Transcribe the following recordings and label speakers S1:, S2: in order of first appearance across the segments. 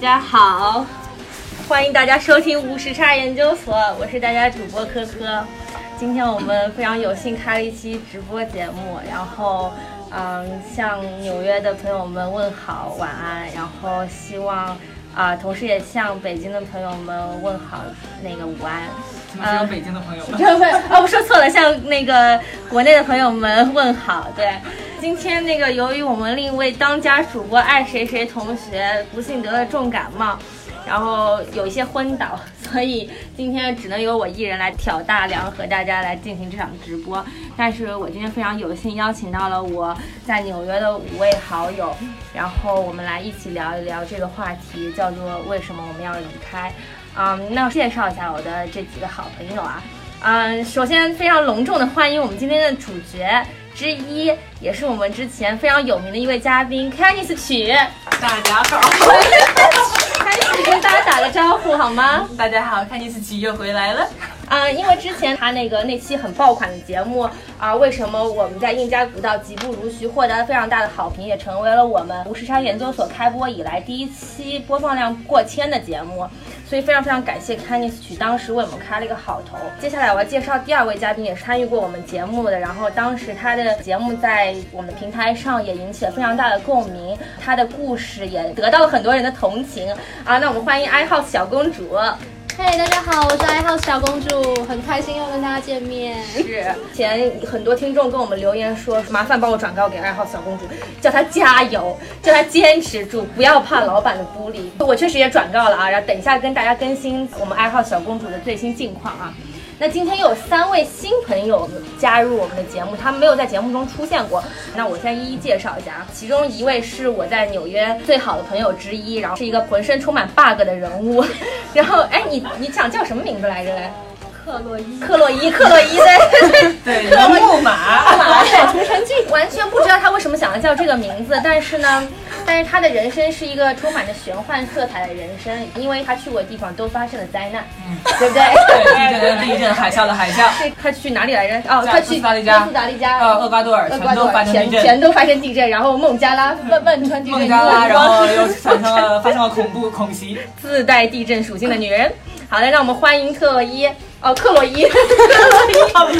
S1: 家好，欢迎大家收听无时差研究所，我是大家主播科科。今天我们非常有幸开了一期直播节目，然后嗯，向纽约的朋友们问好晚安，然后希望啊、同时也向北京的朋友们问好那个午安。
S2: 怎么只有北京的朋友们？
S1: 对不对？哦，我说错了，向那个国内的朋友们问好。对，今天那个由于我们另一位当家主播爱谁谁同学不幸得了重感冒，然后有一些昏倒，所以今天只能由我一人来挑大梁和大家来进行这场直播。但是我今天非常有幸邀请到了我在纽约的五位好友，然后我们来一起聊一聊这个话题，叫做为什么我们要离开。嗯，那我介绍一下我的这几个好朋友啊。嗯，首先非常隆重的欢迎我们今天的主角之一，也是我们之前非常有名的一位嘉宾 k a n i s 曲。
S2: 大家好，
S1: k a n i s 跟大家打个招呼好吗？
S2: 大家好，看电视剧又回来了。
S1: 嗯，因为之前他那个那期很爆款的节目啊，为什么我们在印加古道疾步如徐，获得了非常大的好评，也成为了我们无时差研究所开播以来第一期播放量过千的节目。所以非常非常感谢 c a n i s 曲当时为我们开了一个好头。接下来我要介绍第二位嘉宾，也是参与过我们节目的，然后当时他的节目在我们平台上也引起了非常大的共鸣，他的故事也得到了很多人的同情啊。那我们欢迎 i house 小公主。
S3: 嘿、大家好，我是 i house 小公主，很开心又跟大家见面。
S1: 是，前很多听众跟我们留言说，麻烦帮我转告给二号小公主，叫她加油，叫她坚持住，不要怕老板的孤立。我确实也转告了啊，然后等一下跟大家更新我们爱好小公主的最新近况啊。那今天又有三位新朋友加入我们的节目，他们没有在节目中出现过。那我先一一介绍一下啊，其中一位是我在纽约最好的朋友之一，然后是一个浑身充满 bug 的人物。然后，哎，你你想叫什么名字来着？
S3: 克洛伊，
S1: 克洛伊，克洛伊对。
S2: 对，人木马，
S1: 马小涂成俊，完全不知道他为什么想要叫这个名字，但是呢，但是他的人生是一个充满着玄幻色彩的人生，因为他去过的地方都发生了灾难，对不对？
S2: 对，地震的地震，海啸的海啸，
S1: 对他去哪里来着？哦，
S2: 在
S1: 他去
S2: 斯达利加
S1: 斯达利加，
S2: 呃，厄瓜多尔
S1: 厄
S2: 全
S1: 瓜多
S2: 都
S1: 尔
S2: 发生地
S1: 全
S2: 震，
S1: 全都发生地震，然后孟加拉、汶汶川地震，
S2: 孟加拉，
S1: 英国
S2: 然后又产生了发生了恐怖恐袭。
S1: 自带地震属性的女人。好的，让我们欢迎特洛伊，哦，克洛伊，克洛伊。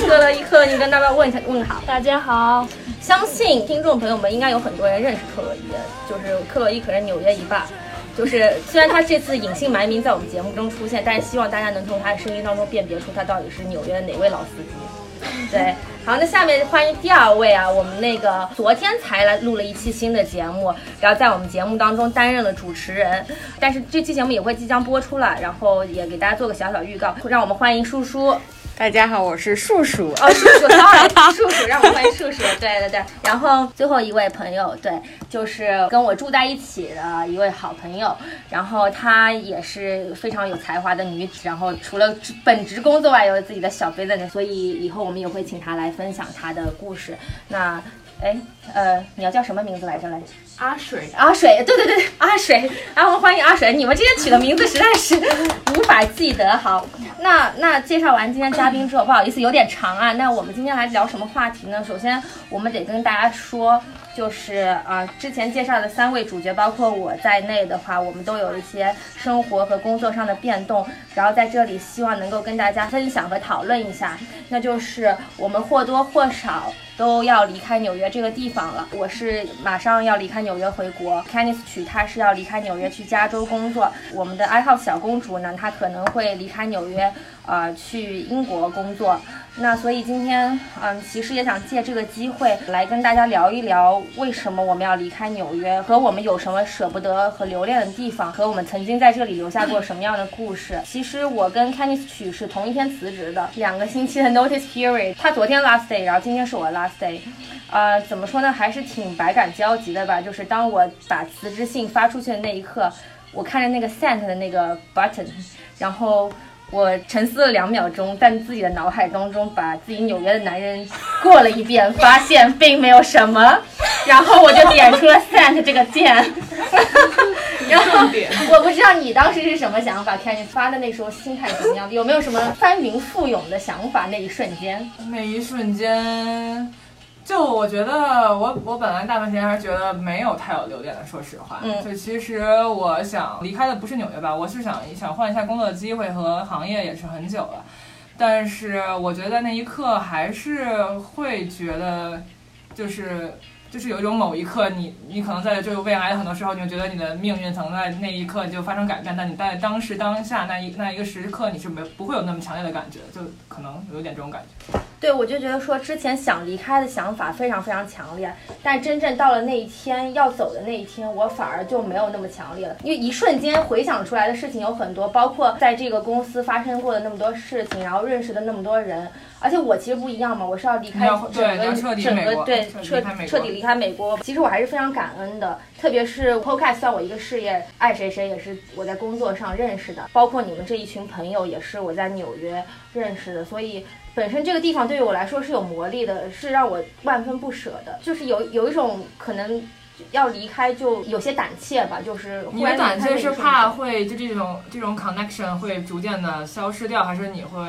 S1: 克洛伊克，你跟大家问一下问好。
S3: 大家好，
S1: 相信听众朋友们应该有很多人认识克洛伊，就是克洛伊可是纽约一霸。就是虽然他这次隐姓埋名在我们节目中出现，但是希望大家能从他的声音当中辨别出他到底是纽约的哪位老司机。对，好，那下面欢迎第二位啊，我们那个昨天才来录了一期新的节目，然后在我们节目当中担任了主持人，但是这期节目也会即将播出了，然后也给大家做个小小预告，让我们欢迎叔叔。
S4: 大家好，我是树树。
S1: 哦，叔叔，sorry，叔叔，让我欢迎叔叔。对对对，然后最后一位朋友，对，就是跟我住在一起的一位好朋友，然后她也是非常有才华的女子，然后除了本职工作外，有自己的小 business，所以以后我们也会请她来分享她的故事。那。哎，呃，你要叫什么名字来着？来，
S3: 阿水，
S1: 阿水，对对对，阿水，啊，我们欢迎阿水。你们这些取的名字实在是无法记得。好，那那介绍完今天嘉宾之后，不好意思，有点长啊。那我们今天来聊什么话题呢？首先，我们得跟大家说，就是啊、呃之前介绍的三位主角，包括我在内的话，我们都有一些生活和工作上的变动，然后在这里希望能够跟大家分享和讨论一下。那就是我们或多或少都要离开纽约这个地方了。我是马上要离开纽约回国 c a n i s 曲她是要离开纽约去加州工作。我们的 i h o 小公主呢，她可能会离开纽约，呃，去英国工作。那所以今天，嗯，其实也想借这个机会来跟大家聊一聊，为什么我们要离开纽约，和我们有什么舍不得和留恋的地方，和我们曾经在这里留下过什么样的故事。其实我跟 c a n i s 曲是同一天辞职的，两个星期的 notice period，他昨天 last day，然后今天是我 last day。呃，怎么说呢，还是挺百感交集的吧。就是当我把辞职信发出去的那一刻，我看着那个 sent 的那个 button，然后我沉思了两秒钟，但自己的脑海当中把自己纽约的男人过了一遍，发现并没有什么，然后我就点出了 sent 这个键。然后我不知道你当时是什么想法，看你发的那时候心态怎么样，有没有什么翻云覆涌的想法？那一瞬间，
S2: 那一瞬间，就我觉得我我本来大部分时间还是觉得没有太有留恋的，说实话。
S1: 嗯
S2: 就其实我想离开的不是纽约吧，我是想想换一下工作机会和行业，也是很久了。但是我觉得在那一刻还是会觉得，就是就是有一种某一刻你，你可能在就是未来的很多时候，你会觉得你的命运可能在那一刻就发生改变，但你在当时当下那一那一个时刻，你是没不会有那么强烈的感觉，就可能有点这种感觉。
S1: 对，我就觉得说之前想离开的想法非常非常强烈，但真正到了那一天要走的那一天，我反而就没有那么强烈了，因为一瞬间回想出来的事情有很多，包括在这个公司发生过的那么多事情，然后认识的那么多人，而且我其实不一样嘛，我是要离
S2: 你
S1: 开
S2: 要
S1: 整
S2: 对你要彻
S1: 个
S2: 底
S1: 整
S2: 美
S1: 个
S2: 国
S1: 对
S2: 彻
S1: 彻
S2: 底离开美国
S1: 彻底离开美国，其实我还是非常感恩的，特别是 Podcast 算我一个事业，爱谁谁也是我在工作上认识的，包括你们这一群朋友也是我在纽约认识的，所以本身这个地方对于我来说是有魔力的，是让我万分不舍的，就是有有一种可能要离开就有些胆怯吧，就是忽
S2: 你
S1: 然
S2: 的
S1: 离开
S2: 胆
S1: 那
S2: 怯
S1: 一
S2: 是
S1: 瞬间
S2: 怕会就这种这种 connection 会逐渐的消失掉，还是你会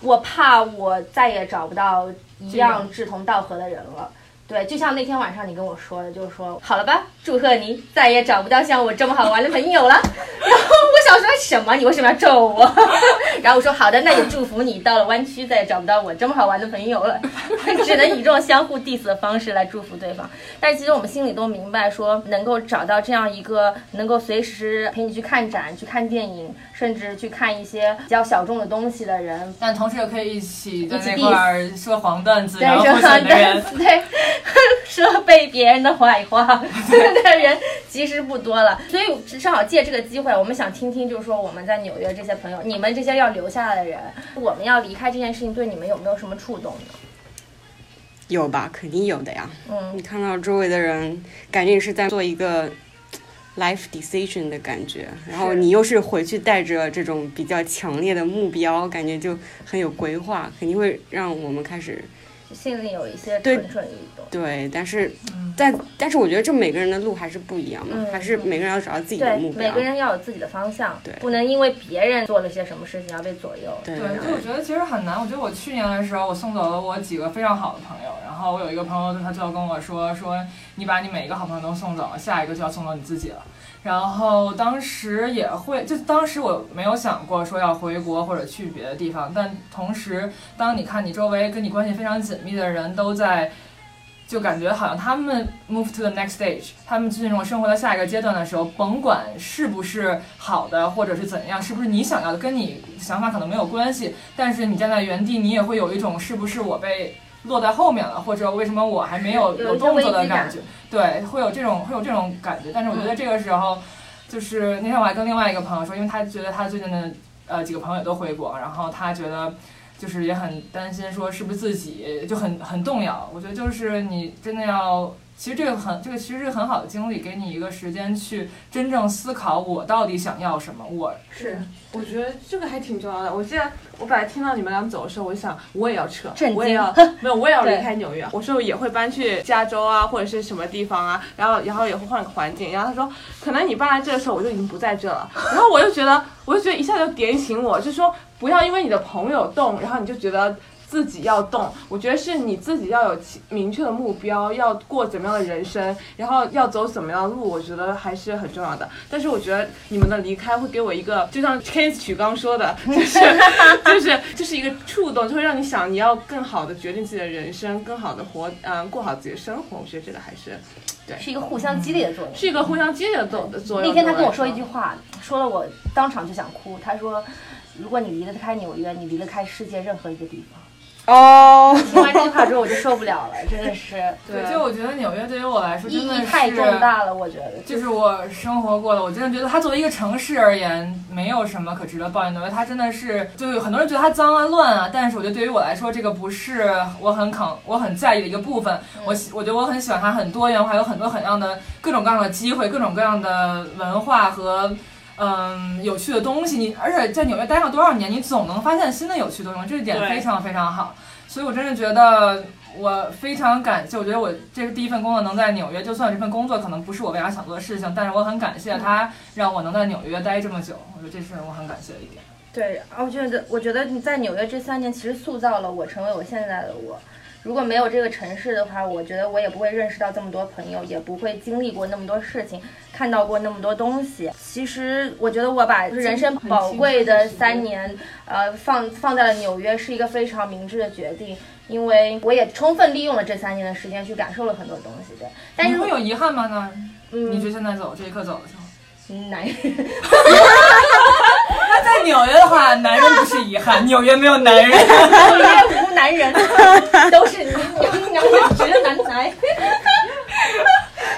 S1: 我怕我再也找不到一
S2: 这
S1: 样志同道合的人了。对，就像那天晚上你跟我说的，就是说好了吧，祝贺你再也找不到像我这么好玩的朋友了。 然后我想说什么？你为什么要咒我？ 然后我说好的，那也祝福你到了湾区再也找不到我这么好玩的朋友了。 只能以这种相互 diss 的方式来祝福对方。但其实我们心里都明白说，能够找到这样一个能够随时陪你去看展、去看电影，甚至去看一些比较小众的东西的人，
S2: 但同时也可以一起在
S1: 一起
S2: 那块儿说黄段子，然后
S1: 对，
S2: 互
S1: 说
S2: 损 的人，
S1: 对，说被别人的坏话 的人其实不多了，所以正好借这个机会，我们想听听，就是说我们在纽约这些朋友，你们这些要留下来的人，我们要离开这件事情，对你们有没有什么触动呢？
S4: 有吧？肯定有的呀。
S1: 嗯
S4: 你看到周围的人，感觉你是在做一个 life decision 的感觉，然后
S1: 是
S4: 你又是回去带着这种比较强烈的目标，感觉就很有规划，肯定会让我们开始
S1: 心里有一些
S4: 对
S1: 蠢蠢欲动。
S4: 对。但是
S2: 嗯，
S4: 但但是我觉得这每个人的路还是不一样嘛，
S1: 嗯
S4: 还是每个人要找到自己的
S1: 对
S4: 目，
S1: 每
S4: 标
S1: 个。人要有自己的方向，
S4: 对
S1: 不能因为别人做了些什么事情而被左右。
S4: 对
S2: 对，就我觉得其实很难。我觉得我去年的时候，我送走了我几个非常好的朋友，然后我有一个朋友，他最后跟我说说，你把你每一个好朋友都送走了，下一个就要送走你自己了。然后当时也会，就当时我没有想过说要回国或者去别的地方，但同时，当你看你周围跟你关系非常紧密的人都在，就感觉好像他们 move to the next stage，他们进入生活的下一个阶段的时候，甭管是不是好的或者是怎样，是不是你想要的，跟你想法可能没有关系，但是你站在原地，你也会有一种是不是我被落在后面了，或者为什么我还没有
S1: 有一
S2: 有
S1: 些
S2: 动作
S1: 危
S2: 的
S1: 机
S2: 感
S1: 感
S2: 觉。对，会有这种会有这种感觉。但是我觉得这个时
S1: 嗯
S2: 候，就是那天我还跟另外一个朋友说，因为他觉得他最近的呃几个朋友也都回国，然后他觉得。就是也很担心，说是不是自己就很很动摇。我觉得就是你真的要，其实这个很这个其实是很好的经历，给你一个时间去真正思考我到底想要什么，我
S1: 是
S5: 我觉得这个还挺重要的。我记得我本来听到你们俩走的时候，我就想我也要撤
S1: 震，惊
S5: 我也 要没有，我也要离
S1: 对
S5: 开纽约。我说也会搬去加州啊，或者是什么地方啊，然后然后也会换个环境。然后他说，可能你搬来这的时候我就已经不在这了。然后我就觉得，我就觉得一下就点醒我，就说不要因为你的朋友动，然后你就觉得。自己要动，我觉得是你自己要有其明确的目标，要过怎么样的人生，然后要走怎么样的路，我觉得还是很重要的。但是我觉得你们的离开会给我一个，就像 K 曲刚说的，就是就是就是一个触动，就会让你想你要更好的决定自己的人生，更好的活，嗯、过好自己的生活。我觉得这个还是
S1: 是一个互相激励的作用。
S5: 是一个互相激励的作作用。
S1: 那天他跟我说一句，话，说了我当场就想哭。他说：“如果你离得开纽约，你离得开世界任何一个地 方。
S4: 哦，”
S1: 听完这句话之后，我就受不了了，真的是
S5: 对，
S2: 就我觉得纽约对于我来说
S1: 意
S2: 真的
S1: 义
S2: 是
S1: 太重大了，我觉得。
S2: 就是我生活过的，我真的觉得它作为一个城市而言，没有什么可值得抱怨的。它真的是，就有很多人觉得它脏啊、乱啊，但是我觉得对于我来说，这个不是我很抗、我很在意的一个部分。我喜，我觉得我很喜欢它，很多元化，有很多很样的各种各样的机会，各种各样的文化和。嗯，有趣的东西，你而且在纽约待上多少年，你总能发现新的有趣的东西，这一点
S5: 对
S2: 非常非常好。所以我真的觉得我非常感谢，我觉得我这个第一份工作能在纽约，就算这份工作可能不是我未来想做的事情，但是我很感谢它让我能在纽约待这么久，我觉得这是我很感谢的一点。
S1: 对，然后就是我觉得你在纽约这三年，其实塑造了我成为我现在的我。如果没有这个城市的话，我觉得我也不会认识到这么多朋友，也不会经历过那么多事情，看到过那么多东西。其实我觉得我把人生宝贵的三年，呃，放放在了纽约，是一个非常明智的决定，因为我也充分利用了这三年的时间去感受了很多东西。对，但
S2: 你
S1: 是
S2: 会有遗憾吗？呢？你
S1: 嗯
S2: 觉得现在走这一刻走的时候，
S1: 嗯，难。
S2: 那在纽约的话，男人不是遗憾，纽约没有男人。
S1: 因为无男 人，都是娘娘娘直男癌。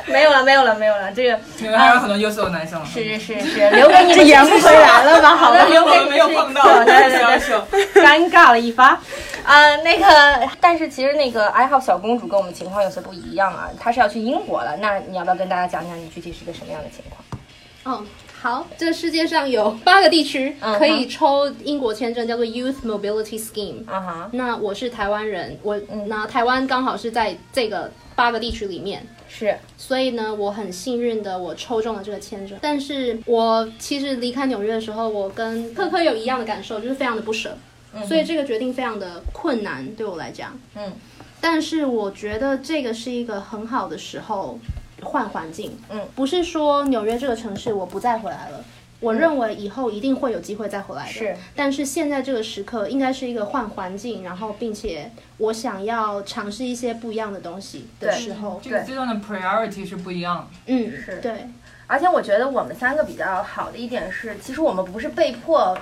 S1: 没有了，没有了，没有了，这个
S2: 纽约还有很多优秀的男生。
S1: 是是是是，嗯留给你
S4: 这
S1: 们
S4: 圆不回来了吧？好
S1: 好
S4: 吧
S1: 的，留
S2: 我
S1: 给
S2: 们
S1: 你
S2: 没有
S1: 们
S2: 碰到，
S1: 对对对
S2: 要说
S1: 尴尬了一发。 呃，那个，但是其实那个 i 好小公主跟我们情况有些不一样啊，她是要去英国了。那你要不要跟大家讲讲你具体是个什么样的情况？
S3: 嗯，好，这世界上有八个地区
S1: 嗯哼
S3: 可以抽英国签证，叫做 Youth Mobility Scheme。
S1: 啊哈，
S3: 那我是台湾人，我
S1: 嗯
S3: 那台湾刚好是在这个八个地区里面，
S1: 是
S3: 所以呢，我很幸运的我抽中了这个签证。但是我其实离开纽约的时候，我跟科科有一样的感受，就是非常的不舍，所以这个决定非常的困难对我来讲。
S1: 嗯，
S3: 但是我觉得这个是一个很好的时候换环境。
S1: 嗯，
S3: 不是说纽约这个城市我不再回来了。我认为以后一定会有机会再回来的，
S1: 是。
S3: 但是现在这个时刻应该是一个换环境，然后并且我想要尝试一些不一样的东西的
S1: 对
S3: 时候，
S2: 这个阶段的 priority 是不一样的。
S3: 嗯，
S1: 是
S3: 对，
S1: 而且我觉得我们三个比较好的一点是，其实我们不是被迫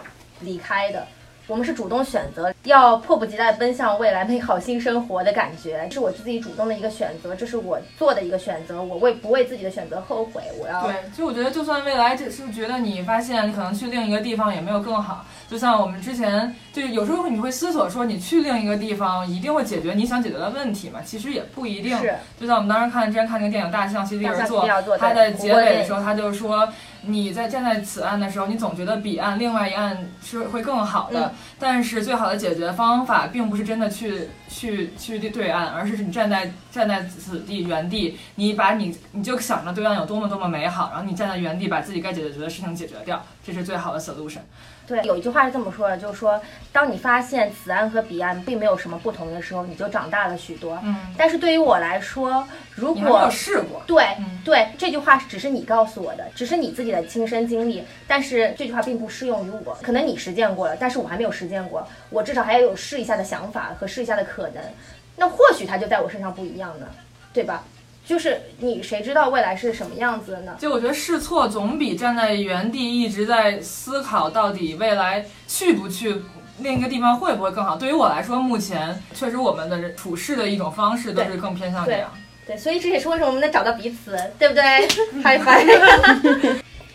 S1: 离开的，我们是主动选择要迫不及待奔向未来美好新生活的感觉，是我自己主动的一个选择，这是我做的一个选择，我为不为自己的选择后悔，我要
S2: 对，就我觉得，就算未来这是觉得你发现你可能去另一个地方也没有更好，就像我们之前就是有时候你会思索说，你去另一个地方一定会解决你想解决的问题嘛？其实也不一定。
S1: 是
S2: 就像我们当时看之前看那个电影《大象席地而坐
S1: 大象席地而》，坐
S2: 他
S1: 对
S2: 在结尾的时候，他就说，你在站在此岸的时候，你总觉得彼岸另外一岸是会更好的，
S1: 嗯
S2: 但是最好的解决方法并不是真的去去去对岸，而是你站在站在此地原地，你把你你就想着对岸有多么多么美好，然后你站在原地把自己该解决的事情解决掉，这是最好的 solution。
S1: 对。有一句话是这么说的，就是说，当你发现此岸和彼岸并没有什么不同的时候，你就长大了许多。
S2: 嗯，
S1: 但是对于我来说，如
S2: 你还没有
S1: 果
S2: 试过，
S1: 对、
S2: 嗯
S1: 对，这句话只是你告诉我的，只是你自己的亲身经历，但是这句话并不适用于我。可能你实践过了，但是我还没有实践过，我至少还要有试一下的想法和试一下的可能。那或许它就在我身上不一样呢，对吧？就是你谁知道未来是什么样子的呢？
S2: 就我觉得试错总比站在原地一直在思考到底未来去不去另一个地方会不会更好。对于我来说，目前确实我们的处事的一种方式都是更偏向这样。
S1: 对，所以这也是为什么我们能找到彼此，对不 对？嗨嗨。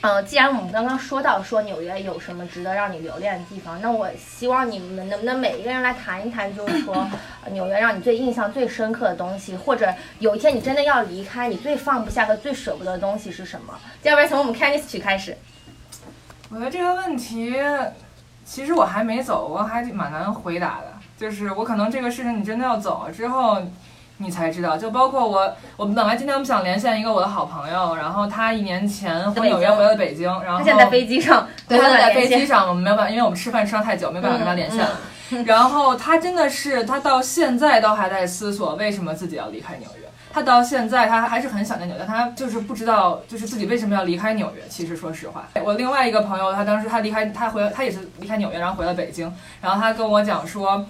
S1: 嗯，既然我们刚刚说到说纽约有什么值得让你留恋的地方，那我希望你们能不能每一个人来谈一谈，就是说 呃纽约让你最印象最深刻的东西，或者有一天你真的要离开，你最放不下和最舍不得的东西是什么？要不然从我们 Candice 去开始。
S2: 我觉得这个问题，其实我还没走，我还蛮难回答的。就是我可能这个事情你真的要走了之后，你才知道。就包括我，我们本来今天我们想连线一个我的好朋友，然后他一年前
S1: 在
S2: 从
S1: 北
S2: 纽约
S1: 京
S2: 回了北京，然后
S1: 他现在在飞机上，
S2: 哦对，
S1: 他
S2: 他在飞机上，我们没有办法，因为我们吃饭吃了太久，没办法跟他连线了。然后他真的是，他到现在都还在思索为什么自己要离开纽约。他到现在他还是很想念纽约，但他就是不知道，就是自己为什么要离开纽约。其实说实话，我另外一个朋友，他当时他离开，他回他也是离开纽约，然后回了北京，然后他跟我讲说，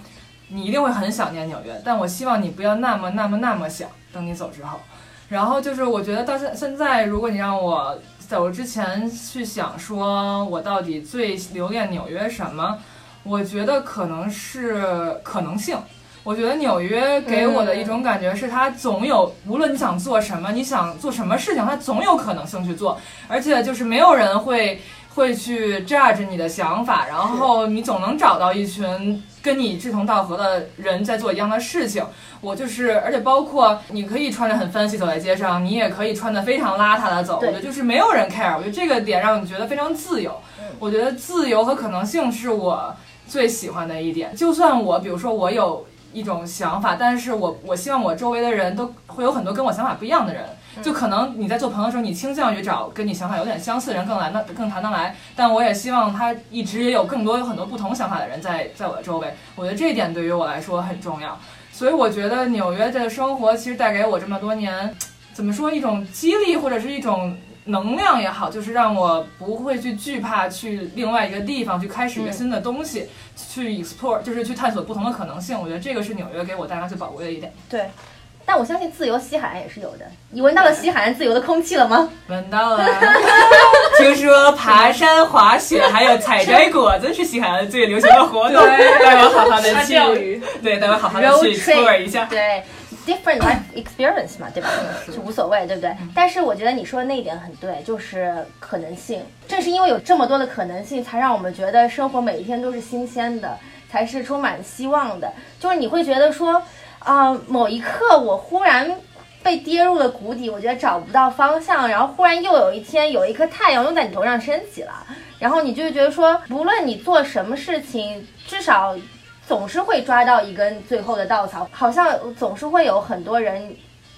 S2: 你一定会很想念纽约，但我希望你不要那么那么那么想，等你走之后。然后就是我觉得到现现在，如果你让我走之前去想说我到底最留恋纽约什么，我觉得可能是可能性。我觉得纽约给我的一种感觉是，它总有，无论你想做什么，你想做什么事情，它总有可能性去做，而且就是没有人会会去 judge 你的想法，然后你总能找到一群跟你志同道合的人在做一样的事情。我就是，而且包括你可以穿着很 fancy 走在街上，你也可以穿的非常邋遢的走。我
S1: 对
S2: 觉得就是没有人 care，我觉得这个点让你觉得非常自由。我觉得自由和可能性是我最喜欢的一点。就算我，比如说我有一种想法，但是我我希望我周围的人都会有很多跟我想法不一样的人。就可能你在做朋友的时候，你倾向于找跟你想法有点相似的人更来那更谈得来。但我也希望他一直有更多有很多不同想法的人在在我的周围。我觉得这一点对于我来说很重要。所以我觉得纽约的生活其实带给我这么多年，怎么说一种激励或者是一种能量也好，就是让我不会去惧怕去另外一个地方去开始一个新的东西，去 explore 就是去探索不同的可能性。我觉得这个是纽约给我带来最宝贵的一点。
S1: 对。但我相信自由西海岸也是有的。你闻到了西海岸自由的空气了吗？
S2: 闻到了， 听说爬山、滑雪还有采摘果子是西海岸最流行的活动，带我好好的去
S5: 钓鱼，
S2: 对，带我好好的
S1: Road
S2: 去 explore
S1: trip
S2: 一下。
S1: 对，different life experience 嘛，对吧？就无所谓，对不对？
S2: 嗯
S1: 但是我觉得你说的那一点很对，就是可能性。正是因为有这么多的可能性，才让我们觉得生活每一天都是新鲜的，才是充满希望的。就是你会觉得说，啊、某一刻我忽然。被跌入了谷底，我觉得找不到方向，然后忽然又有一天有一颗太阳又在你头上升起了，然后你就会觉得说，不论你做什么事情，至少总是会抓到一根最后的稻草，好像总是会有很多人。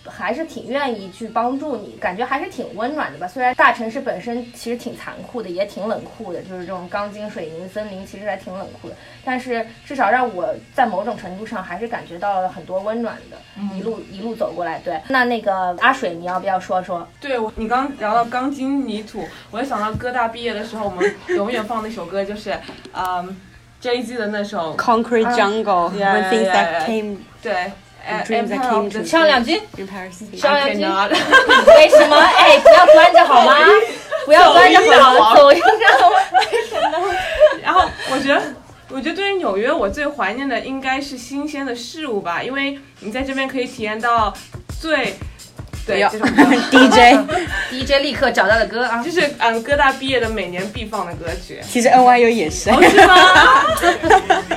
S1: 还是挺愿意去帮助你，感觉还是挺温暖的吧。虽然大城市本身其实挺残酷的，也挺冷酷的，就是这种钢筋水泥森林，其实还挺冷酷的。但是至少让我在某种程度上还是感觉到了很多温暖的。一路一路走过来，对。那那个阿水，你要不要说 说？
S5: 对，我你刚聊到钢筋泥土，我就想到哥大毕业的时候，我们永远放那首歌，就是嗯 J G 的那首，
S4: Concrete Jungle,
S5: yeah,
S4: when things
S5: yeah,
S4: that
S5: yeah.
S4: came
S5: 对，A-
S4: Dreams that
S5: Empire
S4: came
S5: of the
S4: true.
S1: 唱两句，
S4: in Paris.
S1: 唱两
S5: I
S1: 句。
S5: cannot
S1: 为什么？哎，不要端着好吗？不要端着好吗？走音让我
S5: 然后我觉得，我觉得对于纽约，我最怀念的应该是新鲜的事物吧，因为你在这边可以体验到最，
S4: 不
S5: 对
S4: 要
S5: 这种歌
S4: DJ，
S1: DJ 立刻找到了歌啊！
S5: 就是嗯，哥大毕业的每年必放的歌曲，
S4: 其实 NYU 也 是。
S5: 是吗？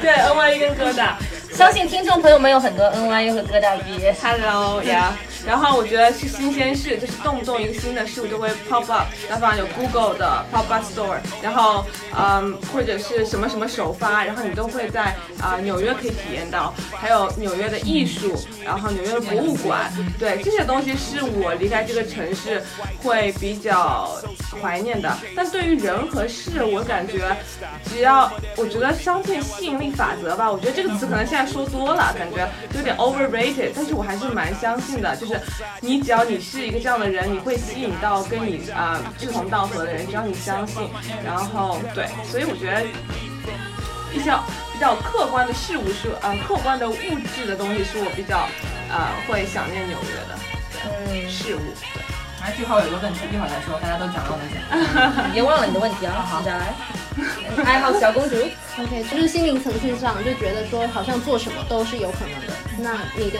S5: 对，NYU 跟哥大
S1: 相信听众朋友们有很多 NYU 和哥大毕业。
S5: ，Hello 呀、然后我觉得是新鲜事，就是动不动一个新的事物就会 pop up，那反正有 Google 的 pop up store，然后嗯，或者是什么什么首发，然后你都会在啊、纽约可以体验到，还有纽约的艺术，然后纽约的博物馆，对这些东西是我离开这个城市会比较怀念的。但对于人和事，我感觉只要我觉得相信吸引力法则吧，我觉得这个词可能现在说多了，感觉有点 overrated，但是我还是蛮相信的。就是你只要你是一个这样的人，你会吸引到跟你啊、呃志同道合的人，只要你相信，然后对，所以我觉得一些比较客观的事物是呃客观的物质的东西是我比较呃会想念纽约的
S1: 嗯，
S5: 事物。
S2: 哎，句号有一个问题，一会儿再说，大家都讲到那些。
S1: 别忘了你的问题啊，好，再来。爱好小公主，
S3: OK，就是心灵层次上就觉得说，好像做什么都是有可能的。那你的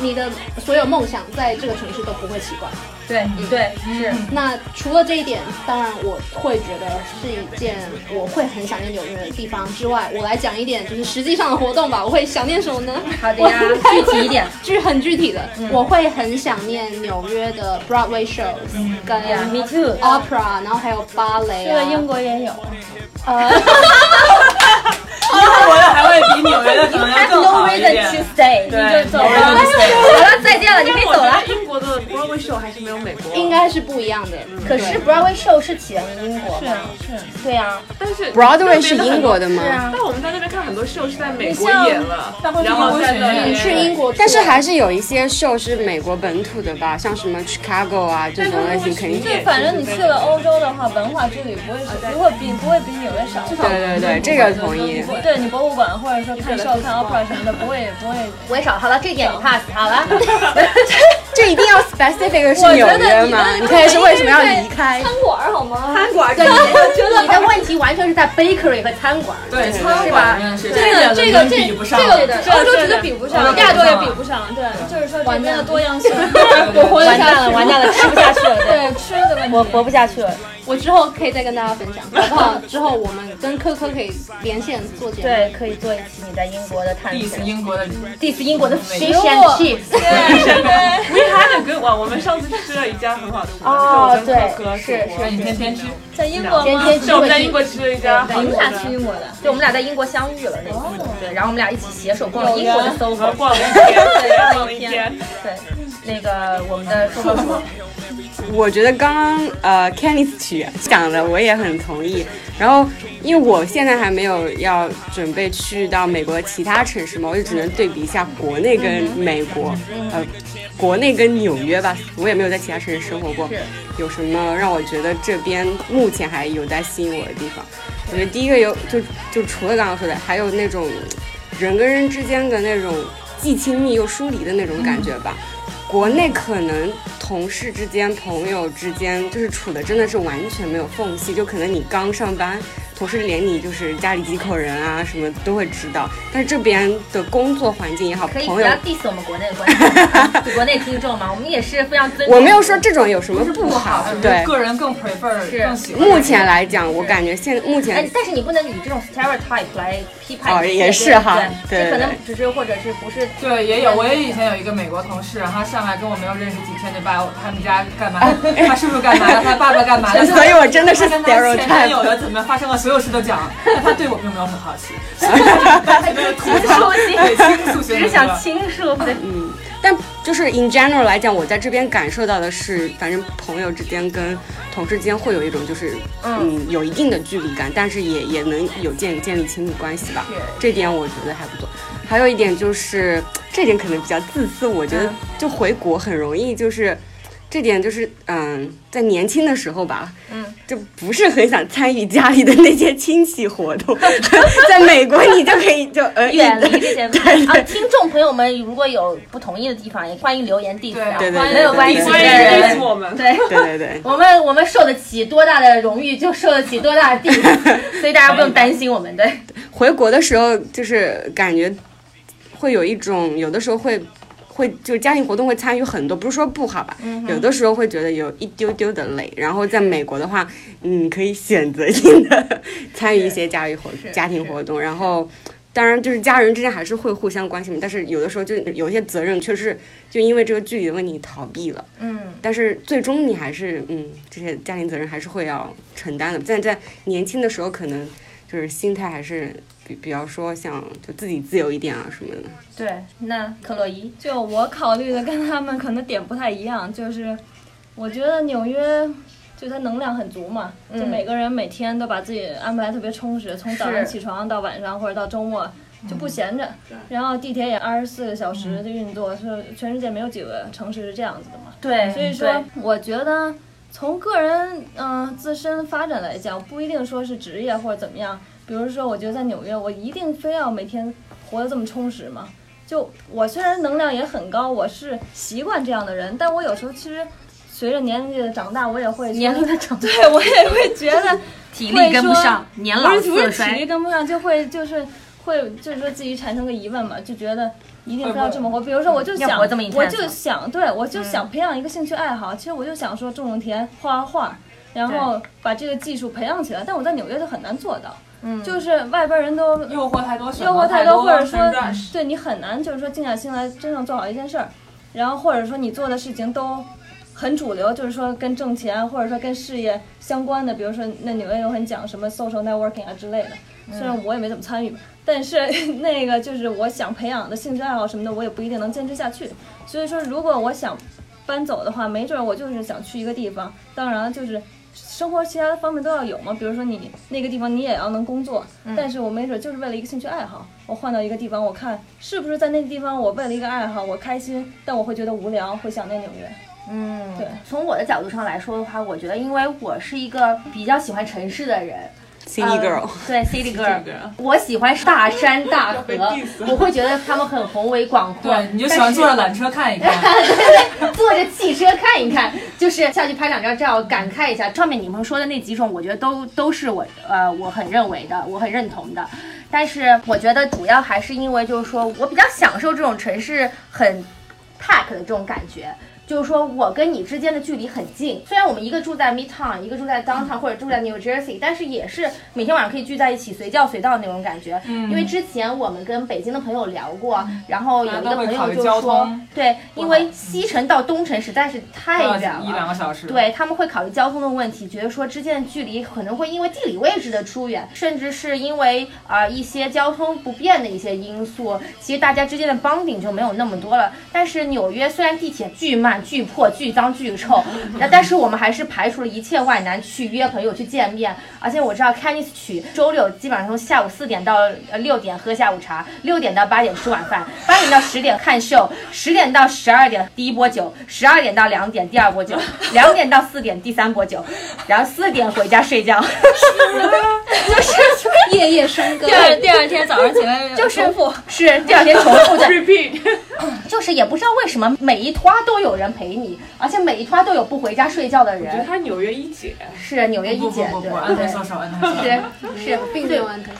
S3: 你的所有梦想在这个城市都不会奇怪。
S1: 对嗯对是，
S3: 那除了这一点，当然我会觉得是一件我会很想念纽约的地方之外，我来讲一点就是实际上的活动吧。我会想念什么呢？
S1: 好的呀
S3: 我应该会
S1: 具体一 点，嗯
S3: 具很具体的，我会很想念纽约的 Broadway shows
S1: 嗯
S3: 跟
S1: me too。
S3: opera，然后还有芭蕾、啊。
S1: 国也 有。
S3: 呃，
S2: 英国的还会比纽约的可能要
S1: Have
S2: 更
S1: no
S2: 好一
S1: reason to
S2: 点。
S1: stay，你就走了。
S2: no reason
S1: 好了，再见了，你可以
S5: 我
S1: 走
S5: 觉
S1: 了
S5: 得。英国的 Broadway show 还是没有美国，
S3: 应该是不一样的。
S1: 可是 Broadway show 是啊起源于英国吗？
S2: 是
S1: 对
S6: 啊
S1: 呀，
S5: 但是
S4: Broadway 是英国的
S1: 是
S4: 吗？
S1: 啊。
S5: 但我们在那边看很多秀是在美国演了，
S2: 大部分
S5: 然后在那
S2: 英
S5: 边
S2: 国
S3: 你去英国出来，
S4: 但是还是有一些秀是美国本土的吧，像什么 Chicago 啊这种类型，肯定
S5: 对
S6: 反正你去了欧洲的话，文化之旅不
S1: 啊
S6: 会是不会比不会比纽约少。
S4: 对对对，这个同意。
S6: 对你博物馆或者说看 show、看 opera 什么的，不会不会。
S1: 我也少，好了，这点你 pass 好了。
S4: 这一定要 specific 的是纽约吗？你可以是为什么要离开？
S6: 餐馆好吗？
S1: 餐馆，对，你的问题完全是在 bakery 和餐馆。
S2: 对，餐
S1: 是吧
S2: 馆真的是
S6: 这个嗯这
S2: 这
S6: 个
S2: 个
S6: 这
S2: 比不上。
S6: 这个欧洲绝对比不上，亚洲也比不上。对，就是说这边的多样性，我活
S1: 完蛋了，完蛋了，吃不下去了。对，
S6: 对吃的问题，
S1: 我活不下去了。
S3: 我之后可以再跟大家分 享，好不好？之后我们跟科科可以连线做节目。
S1: 对，可以做一期你在英国的探
S2: 第一次
S1: 险。
S2: 英国的，
S1: diss 英国的 fish
S6: 我
S1: and chips。
S5: We had a good one，我们上次吃了一家很好吃的，
S1: 哦
S5: 是我跟可可
S1: 对
S5: 说过
S2: 那你天天吃。
S6: 在英国
S1: 天
S6: 吗？
S1: 天吃
S5: 是我们在
S1: 会
S5: 英
S1: 去，
S5: 国吃了一家
S6: 你
S5: 好
S6: 们
S5: 吃
S6: 俩去
S5: 的，
S6: 英国的？
S1: 对，我们俩在英国相遇了那次。对，然后我们俩一起携手逛了英国的 SOHO。
S5: 逛了一天，了 一天。
S1: 对，那个我们的硕 硕，
S4: 我觉得刚刚呃 Kenneth 曲讲的我也很同意。然后因为我现在还没有要准备去到美国其他城市嘛，我就只能对比一下国内跟美国，呃，国内跟纽约吧。我也没有在其他城市生活过，有什么让我觉得这边目前还有在吸引我的地方？我觉得第一个有就就除了刚刚说的，还有那种人跟人之间的那种既亲密又疏离的那种感觉吧。
S1: 嗯
S4: 国内可能同事之间、朋友之间，就是处的真的是完全没有缝隙，就可能你刚上班，同事连你就是家里几口人啊什么都会知道。但是这边的工作环境也好，
S1: 可以
S4: 朋
S1: 不
S4: 友
S1: 要 diss 我们国内的观 众，啊国内听众嘛，我们也是非常尊重。
S4: 我没有说这种有什么
S2: 不
S4: 好
S2: 好，，
S4: 对。
S2: 个人更 prefer
S1: 是
S2: 更喜欢。
S4: 目前来讲，我感觉现目
S1: 哎
S4: 前，
S1: 但是你不能以这种 stereotype 来批判
S4: 哦
S1: 别人，
S4: 也是哈
S1: 对，
S4: 对
S1: 这可能
S4: 对
S1: 只是或者是不是
S2: 对，也有，我也以前有一个美国同事，然后上来跟我没有认识几天就把我他们家干嘛，他叔叔干嘛了，他爸爸干嘛了，
S4: 所以我真的是
S2: 他跟他前男友
S4: stereotype。
S2: 的怎么样发生了所有事都讲，但他对我并没有很好奇，没有吐槽，
S1: 说
S2: 对，
S1: 清，
S2: 倾诉
S1: 只
S2: 学
S1: 是
S2: 习
S1: 想倾诉对
S4: 嗯，但就是 in general 来讲，我在这边感受到的是，反正朋友之间跟同事之间会有一种就是，
S1: 嗯
S4: 嗯，有一定的距离感，但是也也能有建建立亲密关系吧。这点我觉得还不错。还有一点就是，这点可能比较自私，我觉
S1: 嗯
S4: 得就回国很容易就是。这点就是，嗯，在年轻的时候吧，
S1: 嗯，
S4: 就不是很想参与家里的那些亲戚活动。 在美国，你就可以就 呃
S1: 远离这些问题
S4: 对
S1: 啊
S4: 对。
S1: 听众朋友们，如果有不同意的地方，也欢迎留言 diss 啊，
S2: 对
S4: 对对
S1: 没有
S4: 对
S1: 关系
S4: 对
S1: 的
S4: 对
S5: 欢迎
S1: 人
S5: diss 我们。
S1: 对。
S4: 对对对，
S1: 我们我们受得起多大的荣誉，就受得起多大的地 位，所以大家不用担心我们。对，
S4: 回国的时候就是感觉会有一种，有的时候会会就是家庭活动会参与很多，不是说不好吧，
S1: 嗯
S4: 有的时候会觉得有一丢丢的累。然后在美国的话，你可以选择性的参与一些家庭活
S1: 是
S4: 家庭活动，然后。当然，就是家人之间还是会互相关心，但是有的时候就有一些责任，确实就因为这个距离的问题逃避了。
S1: 嗯，
S4: 但是最终你还是嗯，这些家庭责任还是会要承担的。但在年轻的时候，可能就是心态还是比比较说想就自己自由一点啊什么的。
S1: 对。嗯那克洛伊，
S6: 就我考虑的跟他们可能点不太一样，就是我觉得纽约就它能量很足嘛，就每个人每天都把自己安排得特别充实，从早上
S1: 是嗯
S6: 起床到晚上或者到周末就不闲着，然后地铁也二十四个小时的运作，是全世界没有几个城市是这样子的嘛。
S1: 嗯对，
S6: 所以说，我觉得呃从个人嗯、呃自身发展来讲，不一定说是职业或者怎么样。比如说，我觉得在纽约，我一定非要每天活得这么充实吗？就我虽然能量也很高，我是习惯这样的人，但我有时候其实随着年龄的长大，我也会
S1: 年龄的长，
S6: 对我也会觉得
S1: 体
S6: 力跟不上，
S1: 年
S6: 不是不是体力跟不上，就会就是会就是说自己产生个疑问嘛，就觉得一定非要这么活。比如说，我就
S1: 要
S6: 想
S1: 活这么一
S6: 我
S1: 天嗯
S6: 就想对我就想培养一个兴趣爱好，其实我就想说种种田、画画画，然后把这个技术培养起来。但我在纽约就很难做到，
S1: 嗯
S6: 就是外边人都
S2: 诱惑太多，
S6: 诱惑太多，或者说
S5: 很 rush
S6: 对你很难就是说静下心来真正做好一件事儿，然后或者说你做的事情都很主流，就是说跟挣钱或者说跟事业相关的，比如说那纽约有很讲什么 social networking 啊之类的，虽然我也没怎么参与吧，但是 那个就是我想培养的兴趣爱好什么的，我也不一定能坚持下去。所以说，如果我想搬走的话，没准儿我就是想去一个地方，当然就是。生活其他的方面都要有嘛，比如说你那个地方你也要能工作，
S5: 嗯
S6: 但是我没准就是为了一个兴趣爱好，我换到一个地方，我看是不是在那个地方我为了一个爱好我开心，但我会觉得无聊，会想念纽约。
S1: 嗯，
S6: 对
S1: 从我的角度上来说的话，我觉得因为我是一个比较喜欢城市的人，
S4: City
S1: 呃
S4: girl，、
S1: 对 City Girl，我喜欢大山 大河
S5: 被 diss，了
S1: 我会觉得他们很宏伟广阔。
S2: 对，你就喜欢坐着
S1: 但
S2: 缆车看一 看。
S1: 是坐着汽车看一看，就是下去拍两张照，感慨一下。上面你们说的那几种，我觉得都都是我呃我很认为的，我很认同的。但是我觉得主要还是因为就是说我比较享受这种城市很 pack 的这种感觉。就是说我跟你之间的距离很近，虽然我们一个住在 Midtown，一个住在 Downtown 或者住在 New Jersey，但是也是每天晚上可以聚在一起，随叫随到那种感觉。因
S2: 嗯
S1: 为之前我们跟北京的朋友聊过，然后有一个朋友就
S2: 大家都会考虑交
S1: 说
S2: 通，
S1: 对，因为西城到东城实在是太
S2: 要
S1: 远了，
S2: 一两个小时。，
S1: 对他们会考虑交通的问题，觉得说之间的距离可能会因为地理位置的疏远，甚至是因为呃一些交通不便的一些因素，其实大家之间的帮顶就没有那么多了。但是纽约虽然地铁巨慢、巨破、巨脏、巨臭，那但是我们还是排除了一切外难去约朋友去见面。而且我知道 c a n d i c e 曲周六基本上从下午四点到呃六点喝下午茶，六点到八点吃晚饭，八点到十点看秀，十点到十二点第一波酒，十二点到两点第二波酒，两点到四点第三波酒，然后四点回家睡觉， 就是
S3: 夜夜笙歌，
S6: 第二第二天早上起 来
S1: 就是是第二天重复的
S5: repeat，
S1: 就是也不知道为什么每一拖都有人陪你，而且每一拖都有不回家睡觉的
S5: 我觉得
S1: 人，
S5: 她纽约一姐，
S1: 是纽约
S2: 不
S1: 一
S2: 不
S1: 姐，
S2: 不不，
S1: 对
S2: 安
S1: 对
S2: 藤秀手，安藤秀手。
S1: 是是，
S3: 并没有安排。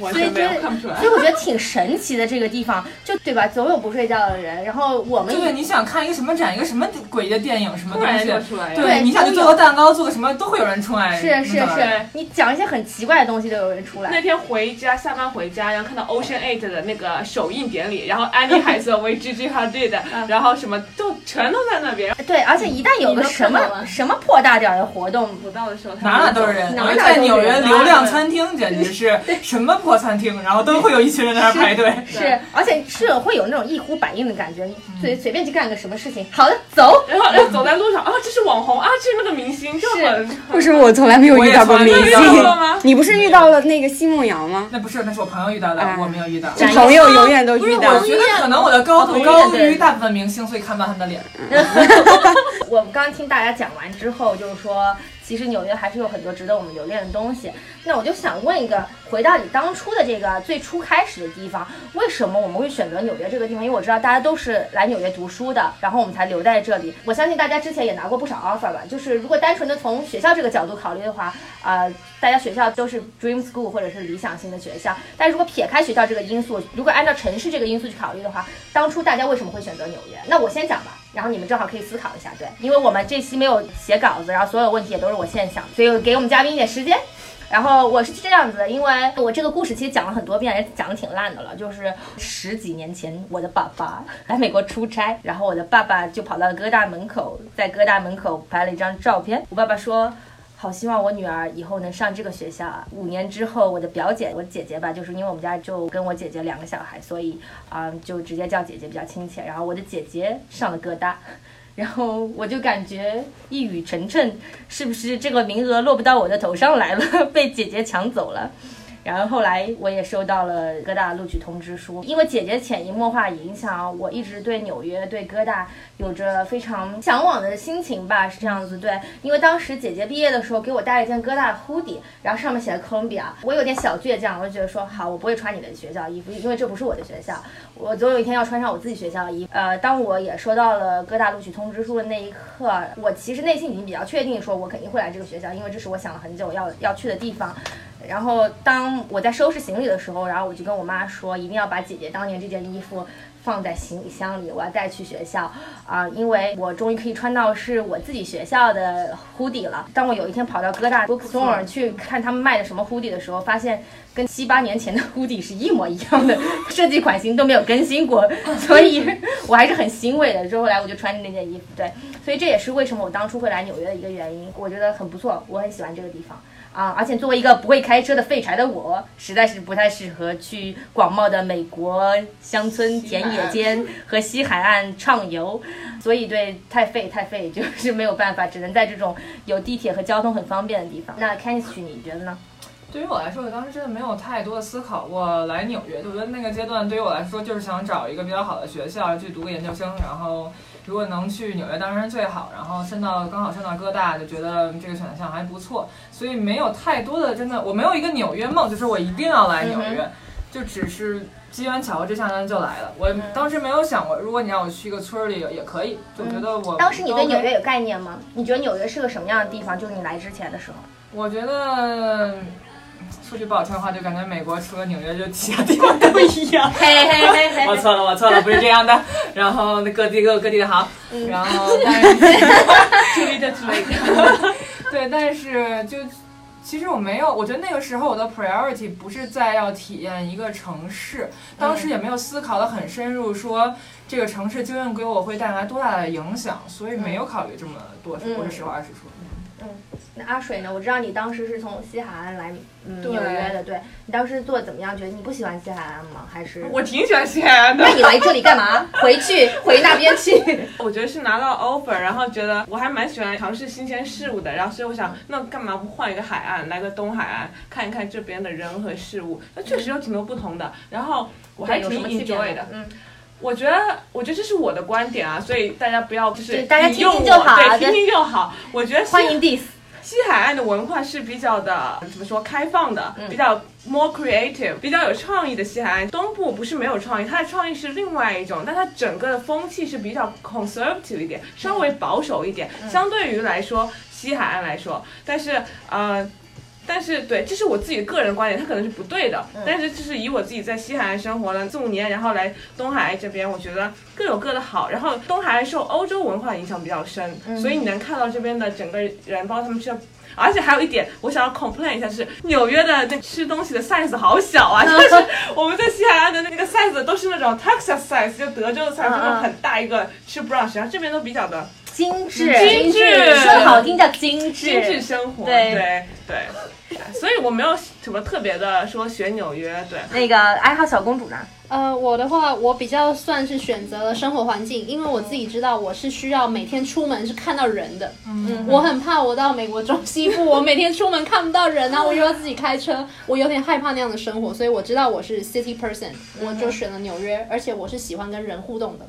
S5: 完
S1: 所以
S5: 全没
S1: 这
S5: 有看不出来
S1: 所。以我觉得挺神奇的这个地方，就对吧？总有不睡觉的人，然后我们
S2: 对，你想看一个什么展，一个什么诡异的电影，什么
S5: 突
S2: 东
S5: 然
S2: 西
S5: 就，出来了，
S1: 对
S2: 对，你想去做个蛋糕，做个什么，都会有人出来。
S1: 是是
S5: 嗯
S2: 弄的
S1: 是，你讲一些很奇怪的东西都有人出来。
S5: 那天回家，下班回家，然后看到 Ocean Eight 的那个首映典礼，然后安妮海瑟薇、Gigi
S1: 嗯
S5: Hadid，然后什么都全都在那边。
S1: 对，而且一旦有个
S3: 你都
S1: 什
S3: 看到
S1: 么
S3: 了
S1: 什么破大点儿的活动，
S5: 我到的时候，
S2: 哪哪都是人，
S1: 哪
S2: 我
S1: 哪都
S2: 觉得
S1: 是人
S2: 在纽约流量餐厅简直是什么破餐厅，然后都会有一群人在那儿排队。
S1: 是而且是会有那种一呼百应的感觉，你
S5: 嗯
S1: 随随便去干个什么事情，好的，走。
S5: 然后然后走在路上啊，这是网红啊，这是那个明星，就很
S4: 为什么我从来没有遇到过明
S2: 我也
S4: 星
S2: 从来没
S5: 遇到过吗？
S4: 你不是遇到了那个奚梦瑶 吗？
S2: 那不是，那是我朋友遇到的
S4: 哎，
S2: 我没有遇到。
S1: 展
S4: 朋友永远都
S2: 不是，
S4: 遇
S2: 我
S4: 到。
S2: 觉得可能我啊的高度
S1: 同意
S2: 高
S1: 对
S2: 于大部分明星，所以看不到他们的脸。
S1: 我们刚刚听大家讲完之后，就是说，其实纽约还是有很多值得我们留恋的东西。那我就想问一个，回到你当初的这个最初开始的地方，为什么我们会选择纽约这个地方？因为我知道大家都是来纽约读书的，然后我们才留在这里。我相信大家之前也拿过不少 offer 吧，就是如果单纯的从学校这个角度考虑的话，呃，大家学校都是 dream school 或者是理想型的学校。但如果撇开学校这个因素，如果按照城市这个因素去考虑的话，当初大家为什么会选择纽约？那我先讲吧，然后你们正好可以思考一下，对，因为我们这期没有写稿子，然后所有问题也都是我现想，所以给我们嘉宾一点时间。然后我是这样子的，因为我这个故事其实讲了很多遍，也讲的挺烂的了。就是十几年前，我的爸爸来美国出差，然后我的爸爸就跑到哥大门口，在哥大门口拍了一张照片。我爸爸说。好希望我女儿以后能上这个学校啊！五年之后，我的表姐，我姐姐吧，就是因为我们家就跟我姐姐两个小孩，所以啊、就直接叫姐姐比较亲切。然后我的姐姐上了哥大， 然后我就感觉一语成谶，是不是这个名额落不到我的头上来了， 被姐姐抢走了？然后后来我也收到了哥大录取通知书，因为姐姐潜移默化影响，啊我一直对纽约、对哥大有着非常向往的心情吧，是这样子。对，因为当时姐姐毕业的时候给我带了一件哥大的 hoodie，然后上面写的哥伦比亚，我有点小倔强，我就觉得说好，我不会穿你的学校衣服，因为这不是我的学校，我总有一天要穿上我自己学校的衣服。呃，当我也收到了哥大录取通知书的那一刻，我其实内心已经比较确定，说我肯定会来这个学校，因为这是我想了很久要要去的地方。然后当我在收拾行李的时候，然后我就跟我妈说，一定要把姐姐当年这件衣服放在行李箱里，我要带去学校啊、因为我终于可以穿到是我自己学校的 hoodie 了。当我有一天跑到哥大 bookstore 去看他们卖的什么 hoodie 的时候，发现跟七八年前的 hoodie 是一模一样的，设计款型都没有更新过，所以我还是很欣慰的。之后来我就穿着那件衣服，对，所以这也是为什么我当初会来纽约的一个原因。我觉得很不错，我很喜欢这个地方。啊，而且作为一个不会开车的废柴的我，实在是不太适合去广袤的美国乡村田野间和西海岸畅游，所以对太废太废 就是没有办法，只能在这种有地铁和交通很方便的地方。那 k e n n y 你觉得呢？
S2: 对于我来说，我当时真的没有太多的思考过来纽约。我觉得那个阶段对于我来说，就是想找一个比较好的学校去读个研究生，然后如果能去纽约当然最好。然后升到刚好升到哥大，就觉得这个选项还不错，所以没有太多的真的，我没有一个纽约梦，就是我一定要
S1: 嗯
S2: 来纽约，就只是。机缘巧合之下呢，就来了。我
S1: 嗯
S2: 当时没有想过，如果你让我去一个村儿里也可以，就觉得我
S1: 嗯当时你对纽
S2: OK
S1: 约有概念吗？你觉得纽约是个什么样的地方？就是你来之前的时候，
S2: 我觉得说句不好听的话，就感觉美国除了纽约，就其他地方都一样。
S1: 嘿嘿嘿 嘿，
S2: 我错了，我错了，不是这样 的。然后各地各有各地的好，然 后但是注意这之类的。对，但是就其实我没有，我觉得那个时候我的 priority 不是在要体验一个城市，当时也没有思考的很深入，说这个城市究竟给我会带来多大的影响，所以没有考虑这么多。
S1: 嗯
S2: 我是实话实说。
S1: 那阿水呢？我知道你当时是从西海岸来嗯
S2: 对
S1: 纽约的，对你当时做的怎么样？觉得你不喜欢西海岸吗？还是
S5: 我挺喜欢西海岸的
S1: 那，你来这里干嘛？回去回那边 去。
S5: 我觉得是拿到 offer，然后觉得我还蛮喜欢尝试新鲜事物的，然后所以我想，那干嘛不换一个海岸，来个东海岸，看一看这边的人和事物，那确实有挺多不同的。然后我还
S1: 有
S5: 挺
S1: 什么区别
S5: enjoy
S1: 呢
S5: 的，
S1: 嗯，
S5: 我觉得，我觉得这是我的观点啊，所以大家不要就是
S1: 对大家听听
S5: 引用
S1: 就
S5: 我
S1: 好对
S5: 对，听听就好。我觉得西
S1: 欢迎 diss。
S5: 西海岸的文化是比较的怎么说开放的，比较 more creative，比较有创意的西海岸。东部不是没有创意，它的创意是另外一种，但它整个的风气是比较 conservative 一点，稍微保守一点，相对于来说西海岸来说，但是呃。但是对，这是我自己的个人观点，它可能是不对的。
S1: 嗯
S5: 但是就是以我自己在西海岸生活了四五年，然后来东海岸这边，我觉得各有各的好。然后东海岸受欧洲文化影响比较深，
S1: 嗯
S5: 所以你能看到这边的整个人，包括他们吃的。而且还有一点，我想要 complain 一下，就是纽约的那吃东西的 size 好小啊！ 就是我们在西海岸的那个 size 都是那种 Texas size，就德州的
S1: 嗯
S5: size，那种很大一个吃 brunch，然后这边都比较的
S1: 精致，
S5: 精致
S1: 说得好听叫精致，
S5: 精致生活，
S1: 对
S5: 对对所以我没有什么特别的说选纽约，对，
S1: 那个爱好小公主呢？
S3: 呃，我的话，我比较算是选择了生活环境，因为我自己知道我是需要每天出门是看到人的。嗯，我很怕我到美国中西部，我每天出门看不到人啊，我又要自己开车，我有点害怕那样的生活，所以我知道我是 city person，我就选了纽约，而且我是喜欢跟人互动的。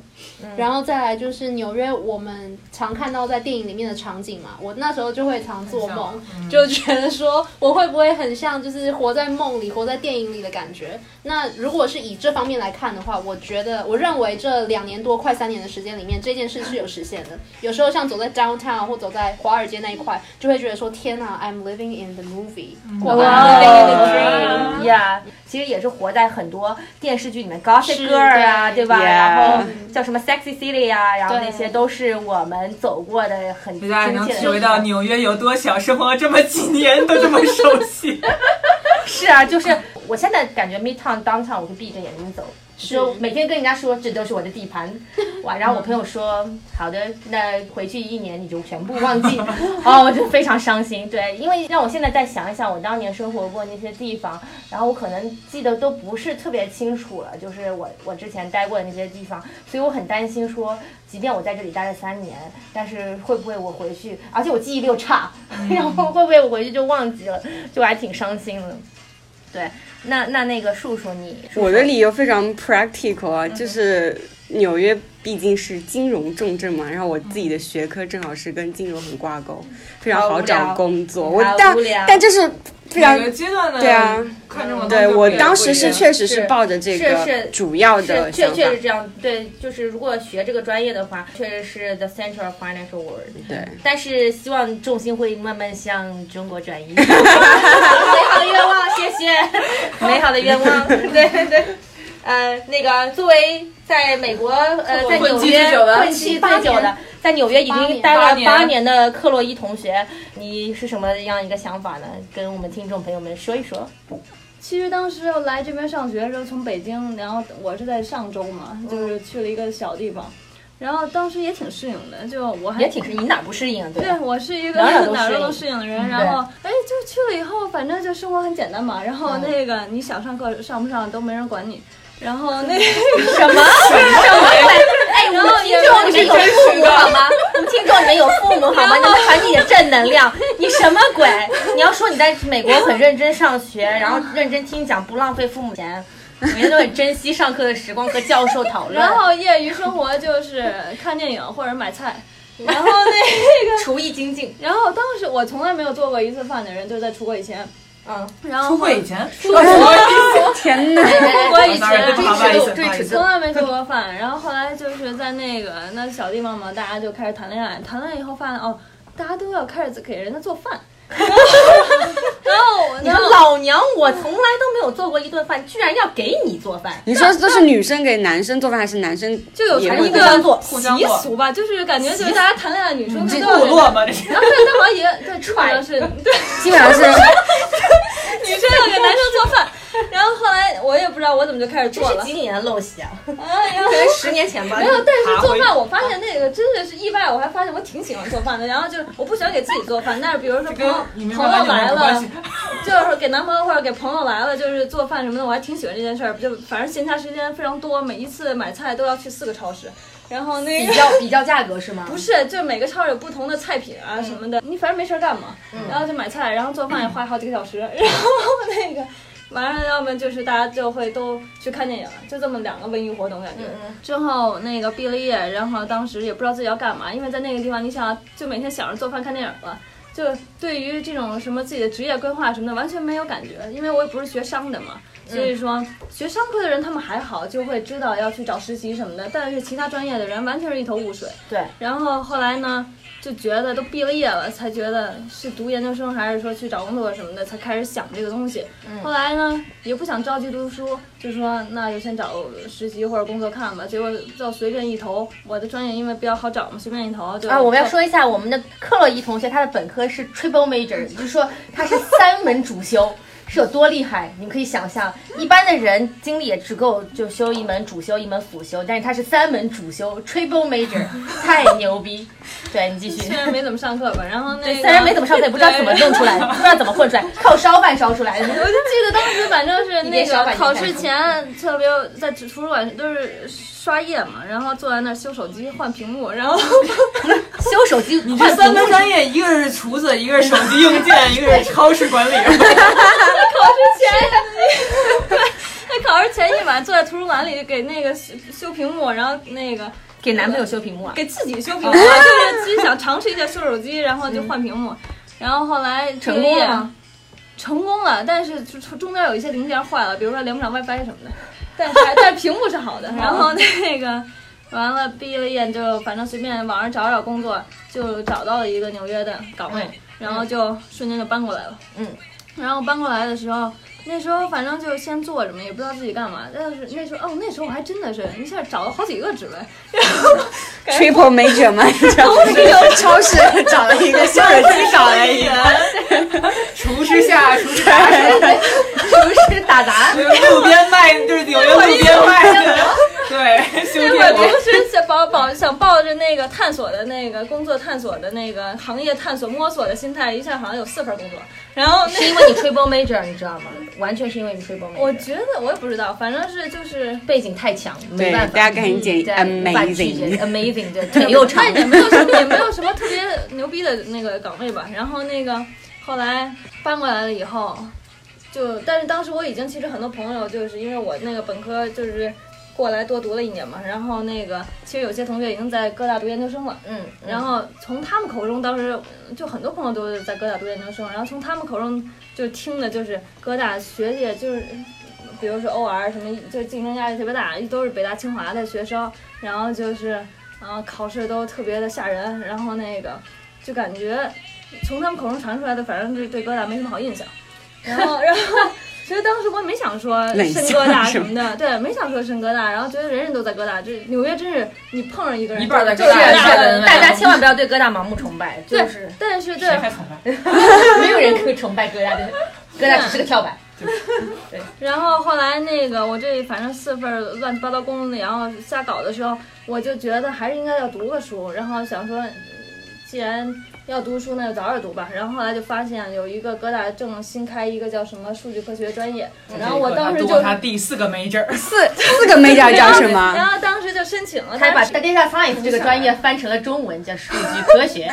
S3: 然后再来就是纽约，我们常看到在电影里面的场景嘛，我那时候就会常做梦，就觉得说我会不会很像就是活在梦里、活在电影里的感觉。那如果是以这方面来看的话，我觉得我认为这两年多快三年的时间里面，这件事是有实现的。有时候像走在 downtown 或走在华尔街那一块，就会觉得说天呐 i m living in the movie，我 I'm living in the dream。
S1: 呀，其实也是活在很多电视剧里面，Gossip
S3: 是
S1: Girl 啊，
S3: 对
S1: 对吧？
S4: Yeah
S1: 然后叫什么 Sexy City 啊，然后
S3: 对
S1: 那些都是我们走过的很
S2: 大
S1: 亲
S2: 家也啊能
S1: 切
S2: 体会
S1: 的。
S2: 到纽约有多小，生活这么几年都这么熟 悉。
S1: 是啊，就是我现在感觉 Midtown Downtown 我会闭着眼睛走。就每天跟人家说这都是我的地盘，哇！然后我朋友说好的，那回去一年你就全部忘记，哦，我就非常伤心。对，因为让我现在再想一想我当年生活过那些地方，然后我可能记得都不是特别清楚了，就是我我之前待过的那些地方，所以我很担心说，即便我在这里待了三年，但是会不会我回去，而且我记忆力又差，然后会不会我回去就忘记了，就还挺伤心的。对，那那那个树树你，
S4: 我的理由非常 practical 啊，就是纽约毕竟是金融重镇嘛，然后我自己的学科正好是跟金融很挂钩，非常好找工作。我
S1: 好无
S4: 但
S1: 聊
S4: 但这是非常
S2: 每个阶段的
S4: 对啊
S2: 看中的
S4: 对我当时
S2: 是
S4: 是确实是
S1: 是
S4: 抱着这
S1: 是是
S4: 个主要的
S1: 是，确
S4: 想法
S1: 确，实这样。对，就是如果学这个专业的话，确实是 the center of financial world。
S4: 对。
S1: 但是希望重心会慢慢向中国转移。 美好的愿望，谢谢。美好的愿望，对对对。呃，那个作为在美国呃在纽
S2: 混迹
S1: 约
S2: 最久的
S1: 混迹最久
S3: 八
S1: 的
S3: 年，
S1: 在纽约已经待
S2: 八
S1: 了
S2: 年
S1: 八年的克洛伊同学，你是什么样一个想法呢？跟我们听众朋友们说一说。
S6: 其实当时来这边上学的时候，从北京，然后我是在上周嘛，就是去了一个小地方，然后当时也挺适应的，就我
S2: 哎
S6: 还
S1: 也挺是你哪不适应啊？对吧
S6: 对，我是一个
S1: 哪儿都
S6: 哪儿
S1: 适
S6: 都
S1: 应
S6: 能适应的
S2: 嗯
S6: 人。然后，哎，就去了以后，反正就生活很简单嘛。然
S2: 嗯
S6: 后那个你想上课上不上都没人管你。然后那
S1: 什么什么鬼？哎，我们听众里面有父母好吗？我们听众里面有父母好吗？你们传递你的正能量，你什么鬼？你要说你在美国很认真上学，然后认真听讲，不浪费父母钱，每天都很珍惜上课的时光和教授讨论，
S6: 然后业余生活就是看电影或者买菜。然后那个，
S1: 厨艺精进。
S6: 然后当时我从来没有做过一次饭的人，就是在出国以前。
S1: 嗯，
S6: 然后
S2: 出柜以前，
S4: 天 呐，
S6: 出国以前，
S2: 不好意思
S1: 对
S2: 不好意
S1: 尺
S2: 思
S1: 子
S6: 从来没做过饭，然后后来就是在那个那小地方嘛，大家就开始谈恋爱，谈恋爱以后发现哦，大家都要开始给人家做饭，
S1: 然后你说老娘我从来都没有做过一顿饭，居然要给你做饭，
S4: 你说这是女生给男生做饭，还是男生
S6: 就有
S4: 也
S6: 传
S4: 会
S6: 一
S1: 一
S6: 个
S1: 个
S4: 做
S1: 当做
S2: 互相
S1: 习
S2: 做
S1: 俗。
S6: 俗吧，就是感觉就是大家谈恋爱的女生
S4: 这
S6: 都
S4: 部
S2: 部
S6: 要。
S2: 落嗯吗？这是
S6: 然后对，但好像也对，基本上是对
S4: 基本上是
S6: 女生要给男生做饭，然后后来我也不知道我怎么就开始
S1: 这
S6: 做
S1: 是
S6: 了，
S1: 几几年的陋习啊？
S6: 哎呀
S1: 可，能十年前吧。
S6: 没有，但是做饭我发现那个真的是意外，我还发现我挺喜欢做饭的。然后就是我不喜欢给自己做饭，但是比如说朋
S2: 跟
S6: 友
S2: 你没
S6: 朋友来
S2: 有关
S6: 了
S2: 系，。
S6: 就是说给男朋友或者给朋友来了，就是做饭什么的，我还挺喜欢这件事儿。就反正闲暇时间非常多，每一次买菜都要去四个超市，然后那
S1: 比
S6: 个。
S1: 较比较价格是吗？
S6: 不是，就是每个超市有不同的菜品啊什么的，你反正没事儿干嘛，然后就买菜，然后做饭也花好几个小时，然后那个晚上要么就是大家就会都去看电影，就这么两个文娱活动感觉。之后那个毕了业，然后当时也不知道自己要干嘛，因为在那个地方，你想就每天想着做饭看电影了。就对于这种什么自己的职业规划什么的，完全没有感觉，因为我也不是学商的嘛，所以说学商科的人他们还好，就会知道要去找实习什么的，但是其他专业的人完全是一头雾水。
S1: 对，
S6: 然后后来呢，就觉得都毕了业了，才觉得是读研究生还是说去找工作什么的，才开始想这个东西。
S1: 嗯
S6: 后来呢，也不想着急读书，就说那就先找实习或者工作看吧。结果就随便一投，我的专业因为比较好找嘛，随便一投就。
S1: 啊，我们要说一下我们的克洛伊同学，他的本科是 triple
S6: 嗯
S1: major，就是说他是三门主修，是有多厉害？你们可以想象，一般的人精力也只够就修一门主修，一门辅修，但是他是三门主修 triple major，太牛逼！对你继续
S6: 虽。然没怎么上课吧，然后那
S1: 虽
S6: 个
S1: 然没怎么上课，也不知道怎么弄出来，不知道怎么混出来，靠烧饭烧出来的。
S6: 我就记得当时反正 是
S1: 你
S6: 那
S1: 别小
S6: 个
S1: 把你
S6: 考
S1: 看
S6: 试
S1: 看
S6: 前特别在图书馆都是刷夜嘛，然后坐在那儿修手机换屏幕，然后
S1: 修手机，你
S2: 这三个专业，一个是厨子，一个是手机硬件，一个是超市管理。
S6: 考试前，对，那考试前一晚坐在图书馆里给那个修修屏幕，然后那个
S1: 给男朋友修屏幕啊？
S6: 给自己修屏幕，就是自己想尝试一下修手机，然后就换屏幕，然后后来
S1: 成
S6: 毕
S1: 功
S6: 业
S1: 了吗？
S6: 成功了，但是中中间有一些零件坏了，比如说连不上 WiFi 什么的，但是还 但是屏幕是
S1: 哦
S6: 好的。然后那个完了毕了业就反正随便网上找找工作，就找到了一个纽约的岗位，
S1: 嗯
S6: 然后就瞬间就搬过来了。
S1: 嗯，
S6: 然后搬过来的时候。那时候反正就先做什么，也不知道自己干嘛。但是那时候哦，那时候我还真的是一下找了好几个职位，
S4: triple major 吗？你知道吗？超市找了一个，手机找了一个，
S2: 哎厨师下，厨师打
S1: 不是打杂，
S2: 路边卖，就是纽约路边卖的，对，修
S6: 那会
S2: 电
S6: 儿
S2: 锅。
S6: 不是想抱抱想抱着那个探索的那个工作探索的那个行业探索摸索的心态，一下好像有四份工作。然后
S1: 是因为你 triple major，你知道吗？完全是因为你 triple major。
S6: 我觉得我也不知道，反正是就是
S1: 背景太强，
S4: 对，
S1: 没
S4: 大
S1: 办法。
S4: 家赶紧
S1: 对
S4: 剪
S1: 无法拒绝
S4: amazing。
S1: amazing，对，腿又长
S6: 那，也没有什么也没有什么特别牛逼的那个岗位吧。然后那个后来搬过来了以后，就但是当时我已经其实很多朋友就是因为我那个本科就是过来多读了一年嘛，然后那个其实有些同学已经在各大读研究生了。
S1: 嗯，
S6: 然后从他们口中，当时就很多朋友都是在哥大读研究生，然后从他们口中就听的就是哥大学姐就是，比如说 OR 什么，就竞争压力特别大，都是北大清华的学生，然后就是，啊考试都特别的吓人，然后那个就感觉从他们口中传出来的，反正是对哥大没什么好印象，然后然后。其实当时我也没想说
S4: 冷
S6: 申
S4: 笑
S6: 哥大
S4: 是
S6: 什
S4: 吗
S6: 么的，对，没想说申哥大，然后觉得人人都在哥大，这纽约真是你碰上一个人
S2: 一半儿 在
S6: 就
S2: 哥
S6: 是
S2: 大
S6: 哥
S2: 一半
S6: 大
S2: 儿在
S6: 的嗯
S2: 那
S1: 大家千万不要对哥大盲目崇拜，
S6: 对
S1: 就是
S6: 但是对
S2: 谁，还崇拜？
S1: 没有人可以崇拜哥大的，哥大只是个跳板。
S6: 然后后来那个我这反正四份乱七八糟工作，然后瞎搞的时候，我就觉得还是应该要读个书，然后想说，嗯既然要读书，那就早点读吧。然后后来就发现有一个哥大正新开一个叫什么数据科学专业，然后我当时就
S2: 他第四个 major，
S4: 四四个 major 叫什
S6: 然
S4: 么？
S6: 后当时就申请了，
S1: 他把
S6: 但是
S1: data science 这个专业翻成了中文，叫数据科学。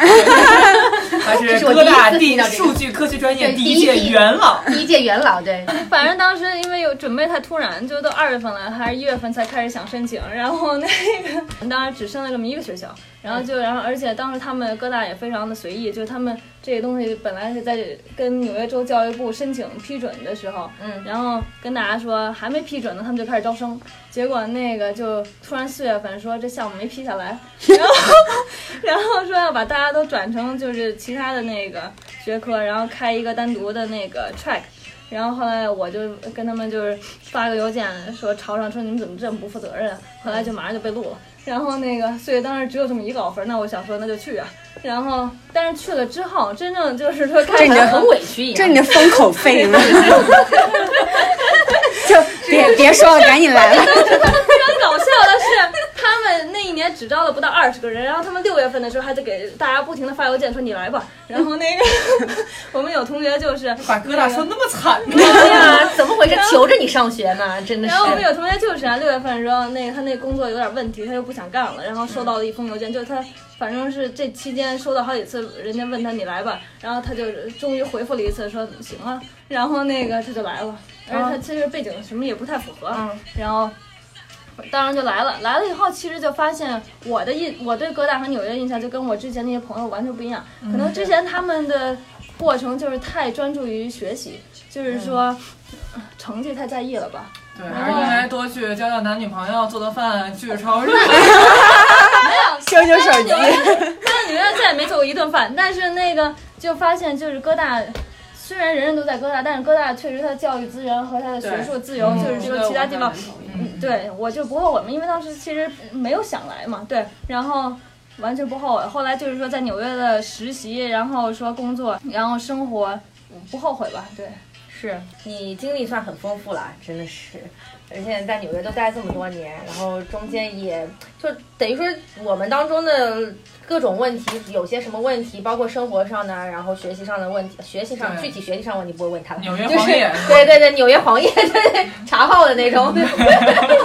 S2: 他是
S1: 这是我
S2: 哥大
S1: 第一次听到
S2: 第
S1: 这个
S2: 数据科学专业
S1: 对
S2: 第一届
S1: 第一届
S2: 元老。
S1: 第一届元老， 对，
S6: 反正当时因为有准备太突然，就都二月份了，还是一月份才开始想申请，然后那个当时只剩了这么一个学校，然后就然后而且当时他们哥大也非常的随意，就是他们这些东西本来是在跟纽约州教育部申请批准的时候，
S1: 嗯，
S6: 然后跟大家说还没批准呢，他们就开始招生，结果那个就突然四月份说这项目没批下来，然后然后说要把大家都转成就是其他的那个学科，然后开一个单独的那个 track。然后后来我就跟他们就是发个邮件说吵吵，说你们怎么这么不负责任啊？后来就马上就被录了。然后那个，所以当时只有这么一个 offer，那我想说那就去啊。然后，但是去了之后，真正就是说开
S4: 这你
S6: 始
S4: 的
S1: 很委屈一
S4: 这
S1: 样。
S4: 是你的封口费吗？就别别说了，赶紧来吧。
S6: 更搞笑的是，他们那一年只招了不到二十个人，然后他们六月份的时候还得给大家不停的发邮件说你来吧。然后那个 我们有同学就是
S2: 把哥大说那么惨呢？
S1: 对呀、怎么回事？求着你上学呢，真的是
S6: 然。后我们有同学就是啊，六月份的时候，那个他那工作有点问题，他又不想干了，然后收到了一封邮件，就是他反正是这期间收到好几次，人家问他你来吧，然后他就终于回复了一次说行啊，然后那个他就来了，而且他其实背景什么也不太符合，然后。当然就来了，来了以后，其实就发现我的印，我对哥大和纽约的印象就跟我之前那些朋友完全不一样。可能之前他们的过程就是太专注于学习，就是说、呃成绩太在意了吧，
S2: 对，还是应该多去交交男女朋友，做做饭，去 超市。
S4: 修 修手机，
S6: 在纽约再也没做过一顿饭，但是那个就发现就是哥大。虽然人人都在哥大，但是哥大确实它的教育资源和它的学术自由，
S2: 嗯
S6: 就是说其他地方，
S2: 嗯，
S6: 对我就不后悔嘛，因为当时其实嗯没有想来嘛，对，然后完全不后悔。后来就是说在纽约的实习，然后说工作，然后生活，不后悔吧？对，
S1: 是你经历算很丰富了，真的是。而且在纽约都待这么多年，然后中间也就等于说我们当中的各种问题，有些什么问题，包括生活上的，然后学习上的问题，学习上
S2: 对
S1: 具体学习上的问题不会问他了，
S2: 纽约
S1: 就是
S2: 黄页嗯
S1: 对对对，纽约黄页，对对茶号的那种，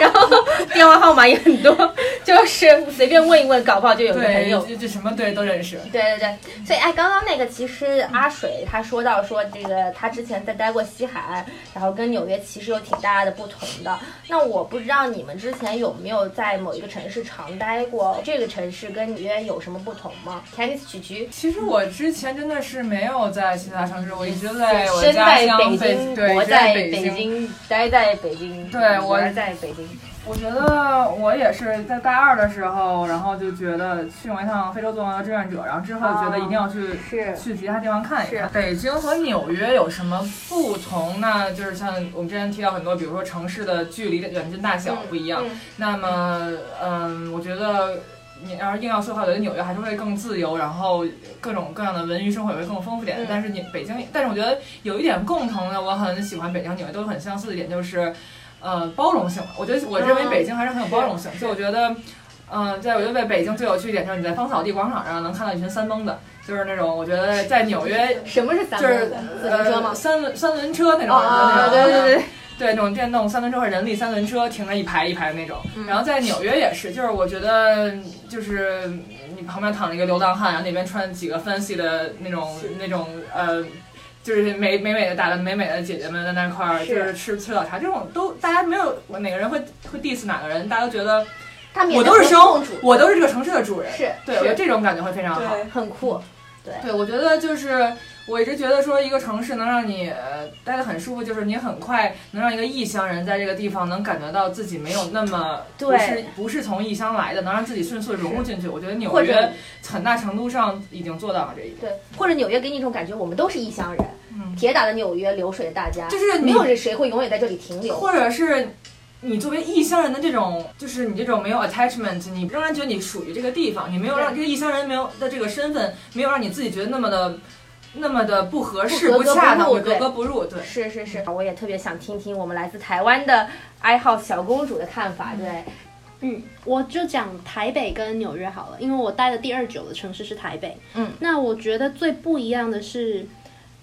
S1: 然后电话号码也很多，就是随便问一问，搞不好就有个朋友
S2: 对，这这什么对都认识。
S1: 对对对，所以哎，刚刚那个其实阿水他说到说这个他之前在待过西海岸，然后跟纽约其实有挺大的不同的。那我不知道你们之前有没有在某一个城市常待过，这个城市跟纽约有什么不同吗 k e n n y 曲曲，
S2: 其实我之前真的是没有在其他城市，我一直在我
S1: 身
S2: 家
S1: 在
S2: 乡
S1: 北
S2: 北，
S1: 京，活
S2: 对，一直在
S1: 在
S2: 北
S1: 北。京，待在北京，
S2: 对我
S1: 人在北京，
S2: 我觉得我也是在大二的时候，然后就觉得去过一趟非洲做完了志愿者，然后之后觉得一定要去、
S1: 嗯是
S2: 去其他地方看一看。
S1: 是
S2: 北京和纽约有什么不同？那就是像我们之前提到很多，比如说城市的距离的远近大小不一样。
S1: 嗯
S2: 那么，嗯，我觉得。你要是硬要说的话，我觉得纽约还是会更自由，然后各种各样的文娱生活也会更丰富点。
S1: 嗯
S2: 但是你北京，但是我觉得有一点共同的，我很喜欢北京、纽约都很相似的一点就是，呃，包容性。我觉得我认为
S1: 嗯
S2: 北京还是很有包容性，所以我觉得，嗯、在我觉得在北京最有趣一点就是你在芳草地广场上能看到一群三蹦的，就是那种我觉得在纽约
S1: 什么是三
S2: 就是
S1: 自行车吗
S2: 呃、？三轮三轮车那种，
S1: 啊，
S2: 那种
S1: 对对对，
S2: 对，那种电动三轮车或者人力三轮车停着一排一排那种。
S1: 嗯
S2: 然后在纽约也是，就是我觉得就是你旁边躺着一个流浪汉，然后那边穿几个 fancy 的那种那种呃。就是美美美的打扮，美美的姐姐们在那块儿，
S1: 是
S2: 就是吃吃早茶，这种都大家没有哪个人会会 diss 哪个人，大家都觉得
S1: 他们也
S2: 我都是
S1: 能
S2: 生
S1: 共处，
S2: 我都是这个城市的主人，
S1: 是
S2: 对，我觉得这种感觉会非常好。
S1: 很酷，
S2: 对，我觉得就是我一直觉得说，一个城市能让你呃待得很舒服，就是你很快能让一个异乡人在这个地方能感觉到自己没有那么不
S1: 对
S2: 是不是从异乡来的，能让自己迅速地融入进去。我觉得纽
S1: 或者
S2: 约很大程度上已经做到了这一点。
S1: 对，或者纽约给你一种感觉，我们都是异乡人，
S2: 嗯
S1: 铁打的纽约，流水的大家，
S2: 就是你
S1: 没有人谁会永远在这里停留。
S2: 或者是你作为异乡人的这种，就是你这种没有 attachment，你仍然觉得你属于这个地方，你没有让这个异乡人没有的这个身份，没有让你自己觉得那么的。那么的不合适、
S1: 不格格
S2: 不恰
S1: 不
S2: 当、不
S1: 入
S2: 格
S1: 对
S2: 格不入，对，
S1: 是是是，我也特别想听听我们来自台湾的 i house 小公主的看法。对，
S3: 嗯，我就讲台北跟纽约好了，因为我待的第二久的城市是台北。
S1: 嗯，
S3: 那我觉得最不一样的是，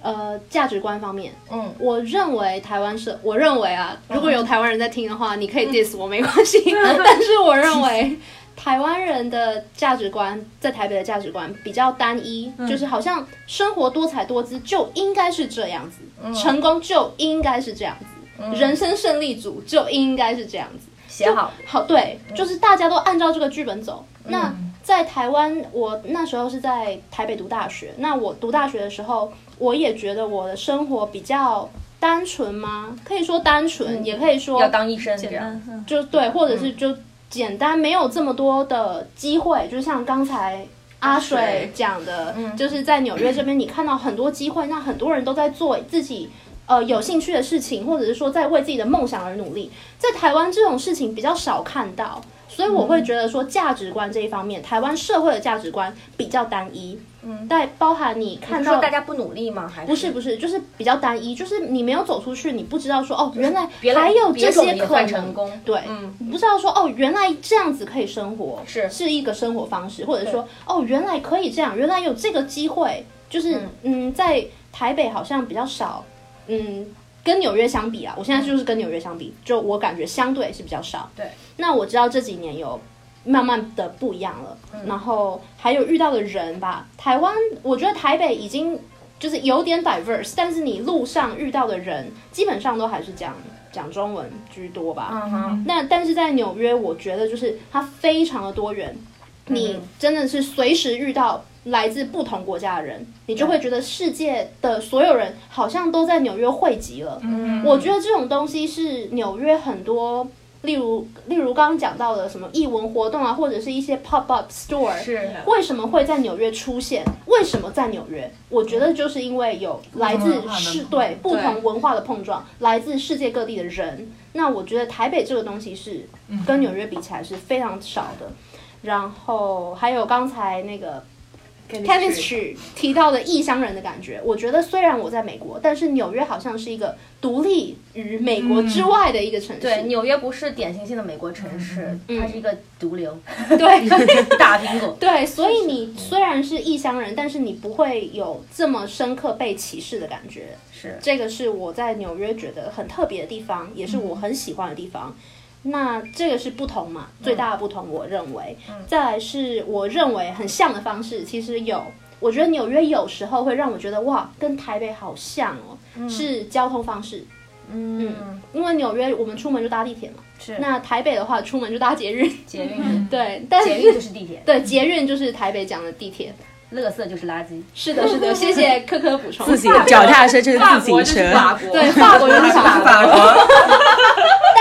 S3: 呃，价值观方面。
S1: 嗯，
S3: 我认为台湾是，我认为啊，如果有台湾人在听的话，你可
S1: 嗯
S3: 以 diss 我没关 系，但是我认为。台湾人的价值观在台北的价值观比较单一，
S1: 嗯
S3: 就是好像生活多彩多姿就应该是这样子，
S1: 嗯
S3: 成功就应该是这样子，人生胜利组就应该是这样子。
S1: 写好。
S3: 好，对，就是大家都按照这个剧本走。那在台湾，我那时候是在台北读大学。那我读大学的时候，我也觉得我的生活比较单纯吗？可以说单纯，也可以
S1: 要
S3: 说
S1: 当医生这
S6: 简
S1: 样，
S6: 单，嗯。
S3: 就对，或者是就简单，没有这么多的机会。就像刚才。阿水讲的，
S1: 嗯
S3: 就是在纽约这边，你看到很多机会，那很多人都在做自己。呃，有兴趣的事情，或者是说在为自己的梦想而努力，在台湾这种事情比较少看到，所以我
S1: 嗯
S3: 会觉得说价值观这一方面，台湾社会的价值观比较单一，嗯，但包含你看
S1: 说
S3: 到
S1: 大家不努力吗？还是
S3: 不是不是，就是比较单一，就是你没有走出去，你不知道说哦，原来
S1: 别的
S3: 还有
S1: 别
S3: 这
S1: 种
S3: 些
S1: 也
S3: 可
S1: 算
S3: 能，
S1: 成功
S3: 对，你不知道说哦，原来这样子可以生活，
S1: 嗯是
S3: 是一个生活方式，或者说哦，原来可以这样，原来有这个机会，就是嗯在台北好像比较少，嗯，跟纽约相比啊，我现在就是跟纽约相比，就我感觉相对是比较少，
S1: 嗯对，
S3: 那我知道这几年有慢慢的不一样了，
S1: 嗯
S3: 然后还有遇到的人吧。台湾，我觉得台北已经就是有点 diverse，但是你路上遇到的人基本上都还是讲讲中文居多吧。
S1: 嗯哼，
S3: 那但是在纽约，我觉得就是它非常的多元，
S2: 嗯
S3: 你真的是随时遇到来自不同国家的人，你就会觉得世界的所有人好像都在纽约汇集了。嗯，我觉得这种东西是纽约很多。例如，例如刚刚讲到的什么艺文活动啊，或者是一些 pop up store，
S1: 是
S3: 为什么会在纽约出现？为什么在纽约？我觉得就是因为有来自
S2: 文化的
S3: 世
S2: 碰撞
S3: 对不同文化的碰撞，来自世界各地的人。那我觉得台北这个东西是
S2: 嗯
S3: 跟纽约比起来是非常少的。然后还有刚才那个 chemistry 提到的异乡人的感觉，我觉得虽然我在美国，但是纽约好像是一个独立于美国之外的一个城市。
S1: 对，纽约不是典型性的美国城市，
S3: 嗯
S1: 它是一个毒瘤，
S3: 对
S1: 大苹果。
S3: 对，所以你虽然是异乡人，但是你不会有这么深刻被歧视的感觉。
S1: 是
S3: 这个是我在纽约觉得很特别的地方，也是
S1: 嗯
S3: 我很喜欢的地方。那这个是不同嘛？
S1: 嗯
S3: 最大的不同，我认为。再来是我认为很像的方式，其实有。我觉得纽约有时候会让我觉得哇，跟台北好像哦，
S1: 嗯
S3: 是交通方式。嗯，因为纽约我们出门就搭地铁嘛，
S1: 是
S3: 那台北的话出门就搭捷运。
S1: 捷运，
S3: 对，但
S1: 捷运
S3: 是
S1: 就是地铁，
S3: 对捷运就是台北讲的地铁。
S1: 垃圾就是垃圾。
S3: 是的，是的，谢谢科科补充。
S4: 自行脚踏车就是
S5: 法
S4: 自
S5: 国
S4: 行
S5: 就是法
S4: 车，
S5: 国，
S3: 对， 法国就是法国。
S5: 法国，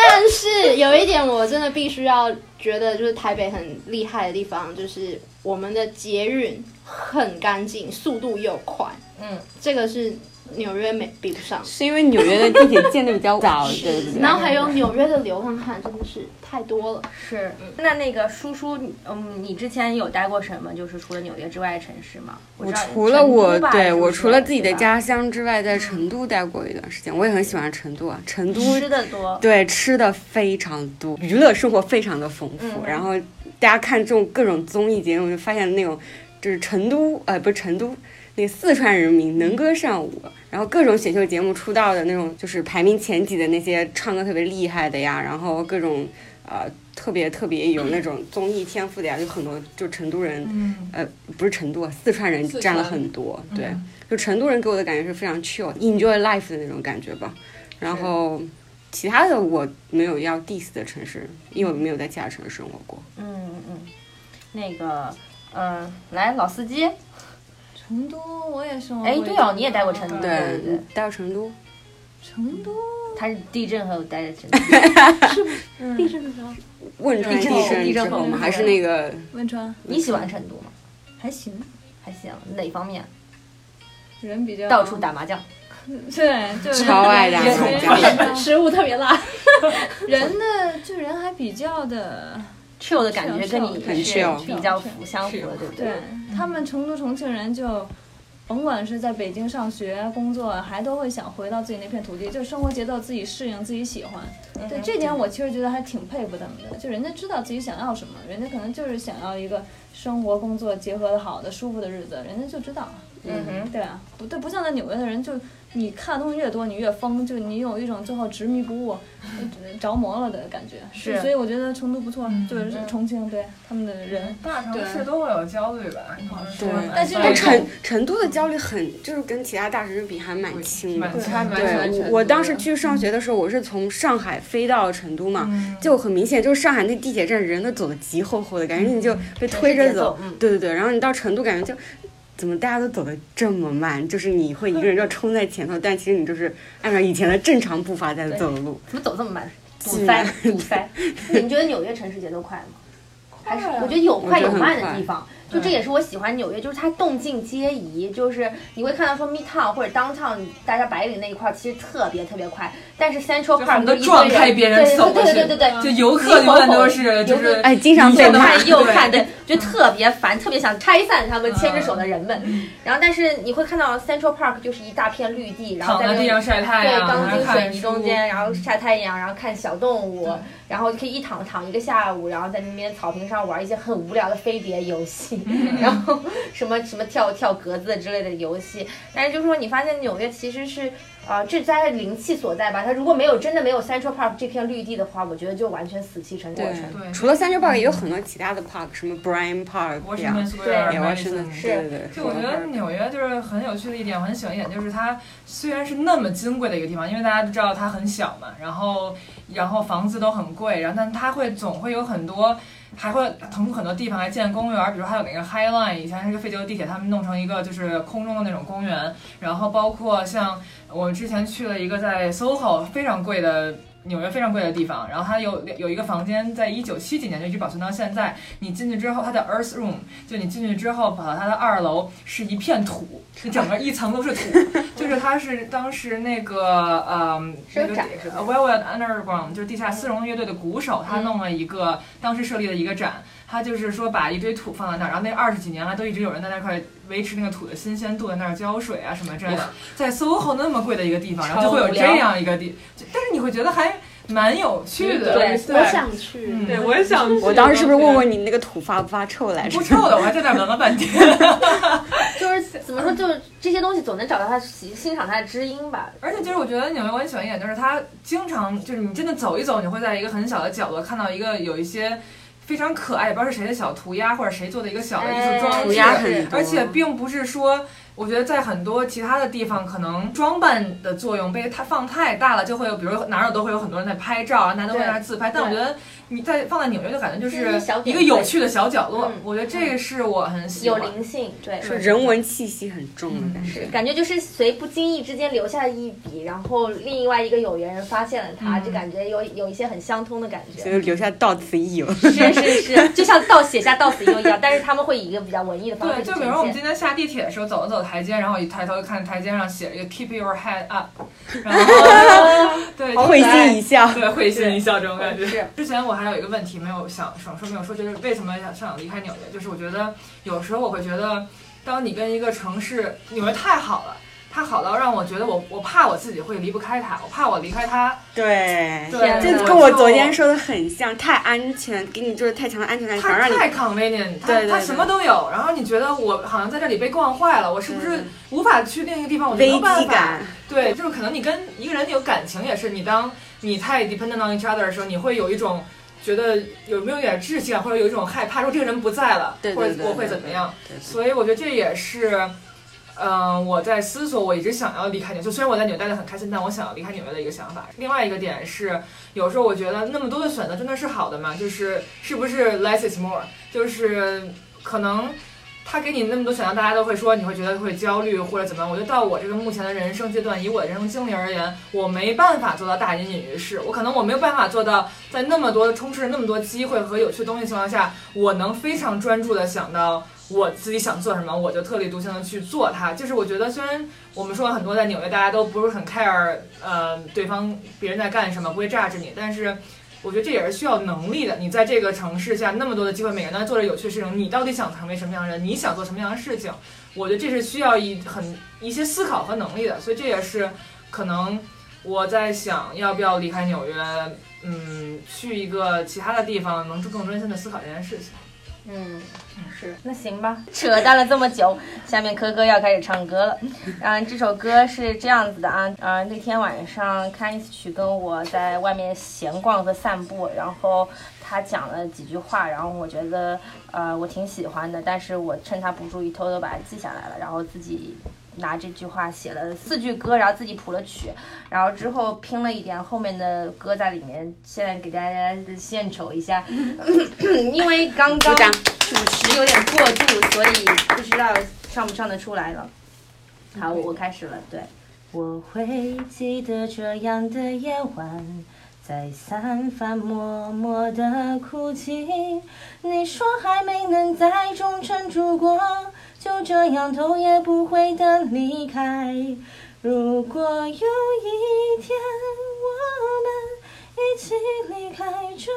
S3: 但是有一点我真的必须要觉得，就是台北很厉害的地方，就是我们的捷运很干净，速度又快。
S1: 嗯，
S3: 这个是纽约没比不上。
S4: 是因为纽约的地铁建的比较早，对不对？
S3: 然后还有纽约的流浪汉真的是太多了。
S1: 是，
S4: 嗯
S1: 那那个叔叔，嗯，你之前有待过什么？就是除了纽约之外的城市吗？我
S4: 我
S1: 知道
S4: 除了我
S1: 成都吧
S4: 对
S1: 是不
S4: 我
S1: 是
S4: 除了自己的
S1: 对吧
S4: 家乡之外，在成都待过一段时间，我也很喜欢成都啊。成都
S1: 吃的多，
S4: 对吃的非常多，娱乐生活非常的丰富。然后大家看这种各种综艺节目，就发现那种就是成都呃不是成都那四川人民能歌善舞，然后各种选秀节目出道的那种，就是排名前几的那些唱歌特别厉害的呀，然后各种呃特别特别有那种综艺天赋的呀，就很多就成都人。
S2: 嗯，
S4: 呃，不是成都，啊，四川人
S5: 四
S4: 占了
S5: 川
S4: 很多。对，
S2: 嗯
S4: 就成都人给我的感觉是非常 chill、enjoy life 的那种感觉吧。然后其他的我没有要 diss 的城市，因为我没有在其他城市生活过。
S1: 嗯嗯，那个，嗯，来老司机，
S6: 成都我也生活过
S1: 哎，
S6: 一
S1: 对
S6: 段
S1: 哦，你也待过成都，
S6: 嗯
S1: 对对
S4: 对
S1: 对，，
S4: 到成都
S6: 成都
S1: 他是地震后待在成 都，
S3: 地震的时候，
S4: 汶川
S1: 地
S4: 地
S1: 震后
S4: 震
S1: 地
S4: 之
S1: 震后
S4: 后嘛，
S1: 嗯
S4: 还是那个
S6: 汶川
S1: 你喜欢成都吗？
S6: 还行，
S1: 还行，哪方面？
S6: 人比较
S1: 到处打麻将，
S6: 对，就
S4: 超爱啊打 麻将
S6: 人
S3: 食物特别辣。
S6: 人的就人还比较的，
S1: chill 的感觉跟你
S4: 很
S1: 是
S4: chill
S1: 比较符相符的，对不
S6: 对？他们成都重庆人就。甭管是在北京上学、工作，还都会想回到自己那片土地，就是生活节奏自己适应、自己喜欢。对这点，我其实觉得还挺佩服他们的。就人家知道自己想要什么，人家可能就是想要一个生活工作结合的好的、舒服的日子，人家就知道。
S1: 嗯哼，
S6: 对啊，不对，不像在纽约的人，就你看的东西越多，你越疯，就你有一种最后执迷不悟、呃着魔了的感觉。
S1: 是
S6: 所以我觉得成都不错，就是重庆，对他们的人，
S2: 大城市都会有焦虑吧？你好像说
S4: 对
S6: 但是
S2: 蛮焦虑
S4: 但成成都的焦虑很，就是跟其他大城市比还蛮轻的
S2: 蛮。蛮蛮
S4: 对，
S5: 成
S4: 我
S5: 都
S4: 我
S5: 的
S4: 当时去上学的时候，我是从上海飞到成都嘛，
S2: 嗯
S4: 就很明显，就是上海那地铁站人都走的极厚厚的，
S2: 嗯
S4: 感觉你就被推着走。
S1: 嗯
S4: 对对对，然后你到成都，感觉就怎么大家都走的这么慢，就是你会一个人就冲在前头，但其实你就是按照以前的正常步伐在走路。
S1: 怎么走这么慢？堵
S4: 是
S1: 塞， 啊堵塞。你们觉得纽约城市节奏快吗？还是我觉得有快有慢的地方，就这也是我喜欢纽约，就是它动静皆宜，就是你会看到说 Midtown 或者 Downtown 大家白领那一块儿其实特别特别快，但是 Central
S2: 就
S1: Park
S2: 恨不得
S1: 一堆
S2: 撞开别人
S1: 对
S2: 走过去
S1: 对对对对
S2: 就
S1: 对。
S2: 游客永远都是就是
S4: 哎，经常被
S1: 左
S4: 骂。
S1: 看右看，对，就特别烦，特别想拆散他们牵着
S2: 嗯
S1: 手的人们。然后，但是你会看到 Central Park 就是一大片绿地，然后
S2: 躺
S1: 在
S2: 在
S1: 那
S2: 地上晒太
S1: 对，
S2: 阳，
S1: 钢
S2: 然后
S1: 筋水
S2: 看
S1: 泥
S2: 书
S1: 中间，然后晒太阳，然后看小动物，然后可以一躺躺一个下午，然后在那边草坪上玩一些很无聊的飞碟游戏，
S2: 嗯
S1: 然后什么什么跳跳格子之类的游戏。但是就是说，你发现纽约其实是。啊，这灾的灵气所在吧？它如果没有真的没有 Central Park 这片绿地的话，我觉得就完全死气沉
S4: 对
S1: 沉。
S2: 对
S4: 除了 Central Park 也有很多其他的 park，什么 Bryan Park
S2: 我是
S4: 呀，
S2: Square，
S4: 对，哎我是
S2: Madison
S4: 对
S1: 是
S4: 对对。
S2: 就我觉得纽约就是很有趣的一点，我很喜欢一点就是它虽然是那么金贵的一个地方，因为大家都知道它很小嘛，然后然后房子都很贵，然后但它会总会有很多，还会腾出很多地方来建公园，比如还有那个 High Line，以前是个废旧地铁，他们弄成一个就是空中的那种公园，然后包括像我之前去了一个在 SoHo 非常贵的。纽约非常贵的地方，然后它有有一个房间，在一九七几年就一直保存到现在。你进去之后，它叫 Earth Room，就你进去之后，跑到它的二楼是一片土，就整个一层都是土，就是它是当时那个嗯，
S1: 是
S2: 那
S1: 有
S2: 个
S1: 展是吧
S2: w e l w e l Underground 就是地下丝绒乐队的鼓手，他弄了一个当时设立的一个展，他就是说把一堆土放在那儿，然后那二十几年来都一直有人在那块维持那个土的新鲜度，在那儿浇水啊什么之类的，在 SOHO 那么贵的一个地方，然后就会有这样一个地，就但是你会觉得还蛮有趣的，
S1: 对
S3: 我想去。
S2: 嗯
S5: 对，我也想去。
S4: 我当时是不是问问你那个土发不发臭来着
S2: 啊不？臭的，我还在那儿闻了 半天。
S1: 就是怎么说，就是这些东西总能找到它欣欣赏它的知音吧。
S2: 而且就是我觉得纽约我很喜欢一点，就是它经常就是你真的走一走，你会在一个很小的角落看到一个有一些非常可爱，也不知道是谁的小涂鸦，或者谁做啊的一个小的艺术装
S1: 哎
S2: 置，
S4: 涂鸦很多，
S2: 而且并不是说，我觉得在很多其他的地方，可能装扮的作用被它放太大了，就会有，比如哪儿有都会有很多人在拍照，啊，大家都会在那儿自拍。但我觉得你在放在纽约，就感觉就
S1: 就是
S2: 是
S1: 小点
S2: 一个有趣的小角落
S1: 嗯。
S2: 我觉得这个是我很喜
S1: 有
S2: 欢。
S1: 灵性，对，
S2: 是
S4: 人文气息很重的
S2: 嗯
S4: 感觉。
S1: 感觉就是随不经意之间留下一笔，然后另外一个有缘人发现了它，
S2: 嗯
S1: 就感觉有有一些很相通的感
S4: 所
S1: 觉。
S4: 以留下到此一游。
S1: 是是是， 就像到写下到此一游一样，但是他们会以一个比较文艺的方
S2: 对，
S1: 式去
S2: 就比如说
S1: 呈
S2: 我们
S1: 现。
S2: 今天下地铁的时候，走着走着台阶，然后一抬头看台阶上写着一个 “Keep your head up”，然 后对，就
S4: 会心一笑，
S2: 对，会心一笑这种感觉。
S1: 是
S2: 之前我还有一个问题没有想想说没有说，就是为什么想想离开纽约？就是我觉得有时候我会觉得，当你跟一个城市，纽约太好了。它好到让我觉得我我怕我自己会离不开它，我怕我离开它，
S4: 对，
S2: 对，
S1: 天哪
S4: 这跟我昨天说的很像，太安全，给你就是太强的安全感，想
S2: 它
S4: 让哎你
S2: 太 convenient，它
S4: 对对
S2: 它
S4: 对
S2: 什么都有，然后你觉得我好像在这里被惯坏了，我是不
S4: 对
S2: 是
S4: 对
S2: 无法去另一个地方？我就没
S4: 危
S2: 有办
S4: 机
S2: 法。
S4: 感。
S2: 对，就是可能你跟一个人有感情也是，你当你太 dependent on each other 的时候，你会有一种觉得有没有点窒息感，啊或者有一种害怕，说这个人不在了，
S4: 对
S2: 或
S4: 对
S2: 者
S4: 对，
S2: 我会怎么样？
S4: 对？对
S2: 所以我觉得这也是，嗯、我在思索，我一直想要离开纽约。就虽然我在纽约待得很开心，但我想要离开纽约的一个想法。另外一个点是，有时候我觉得那么多的选择真的是好的吗？就是是不是 less is more？就是可能。他给你那么多选择，大家都会说你会觉得会焦虑或者怎么样。我觉得到我这个目前的人生阶段，以我的人生经历而言，我没办法做到大隐隐于市。我可能我没有办法做到在那么多充斥着那么多机会和有趣的东西的情况下，我能非常专注的想到我自己想做什么，我就特立独行的去做它。就是我觉得，虽然我们说很多在纽约大家都不是很 care，呃，对方别人在干什么，不会榨制你，但是我觉得这也是需要能力的。你在这个城市下那么多的机会，每个人都在做着有趣的事情，你到底想成为什么样的人？你想做什么样的事情？我觉得这是需要一很一些思考和能力的，所以这也是可能我在想要不要离开纽约，嗯，去一个其他的地方，能更专心的思考这件事情。
S1: 嗯，是，那行吧。扯淡了这么久，下面科哥要开始唱歌 了。嗯，这首歌是这样子的啊，呃，那天晚上 k a n i s 曲跟我在外面闲逛和散步，然后他讲了几句话，然后我觉得呃我挺喜欢的，但是我趁他不注意偷偷把它记下来了，然后自己。拿这句话写了四句歌，然后自己谱了曲，然后之后拼了一点后面的歌在里面。现在给大家献丑一下， 因为刚
S4: 鼓
S1: 刚
S4: 掌，
S1: 主持有点过度，所以不知道唱不唱得出来了。好，我我开始了，对。
S7: 我会记得这样的夜晚，
S1: 在散发默默的哭泣。你说还没能在中撑住过，就这样头也不回的离开。如果有一天我们一起离开这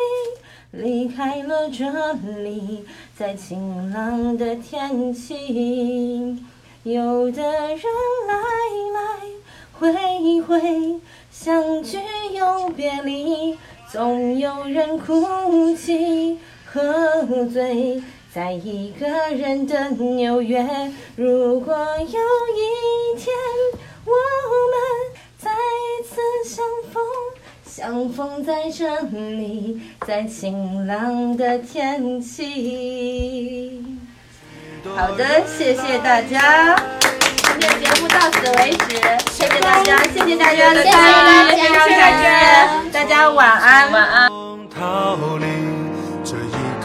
S1: 里，离开了这里，在晴朗的天气，有的人来来回回，相聚又别离，总有人哭泣喝醉。在一个人的纽约，如果有一天我们再次相逢，相逢在这里，在晴朗的天气。
S3: 好的，谢谢大家，今天节目到此为止，谢谢大家，谢谢大家的参与，非常感谢大家，晚安，晚安。
S8: 逃离这一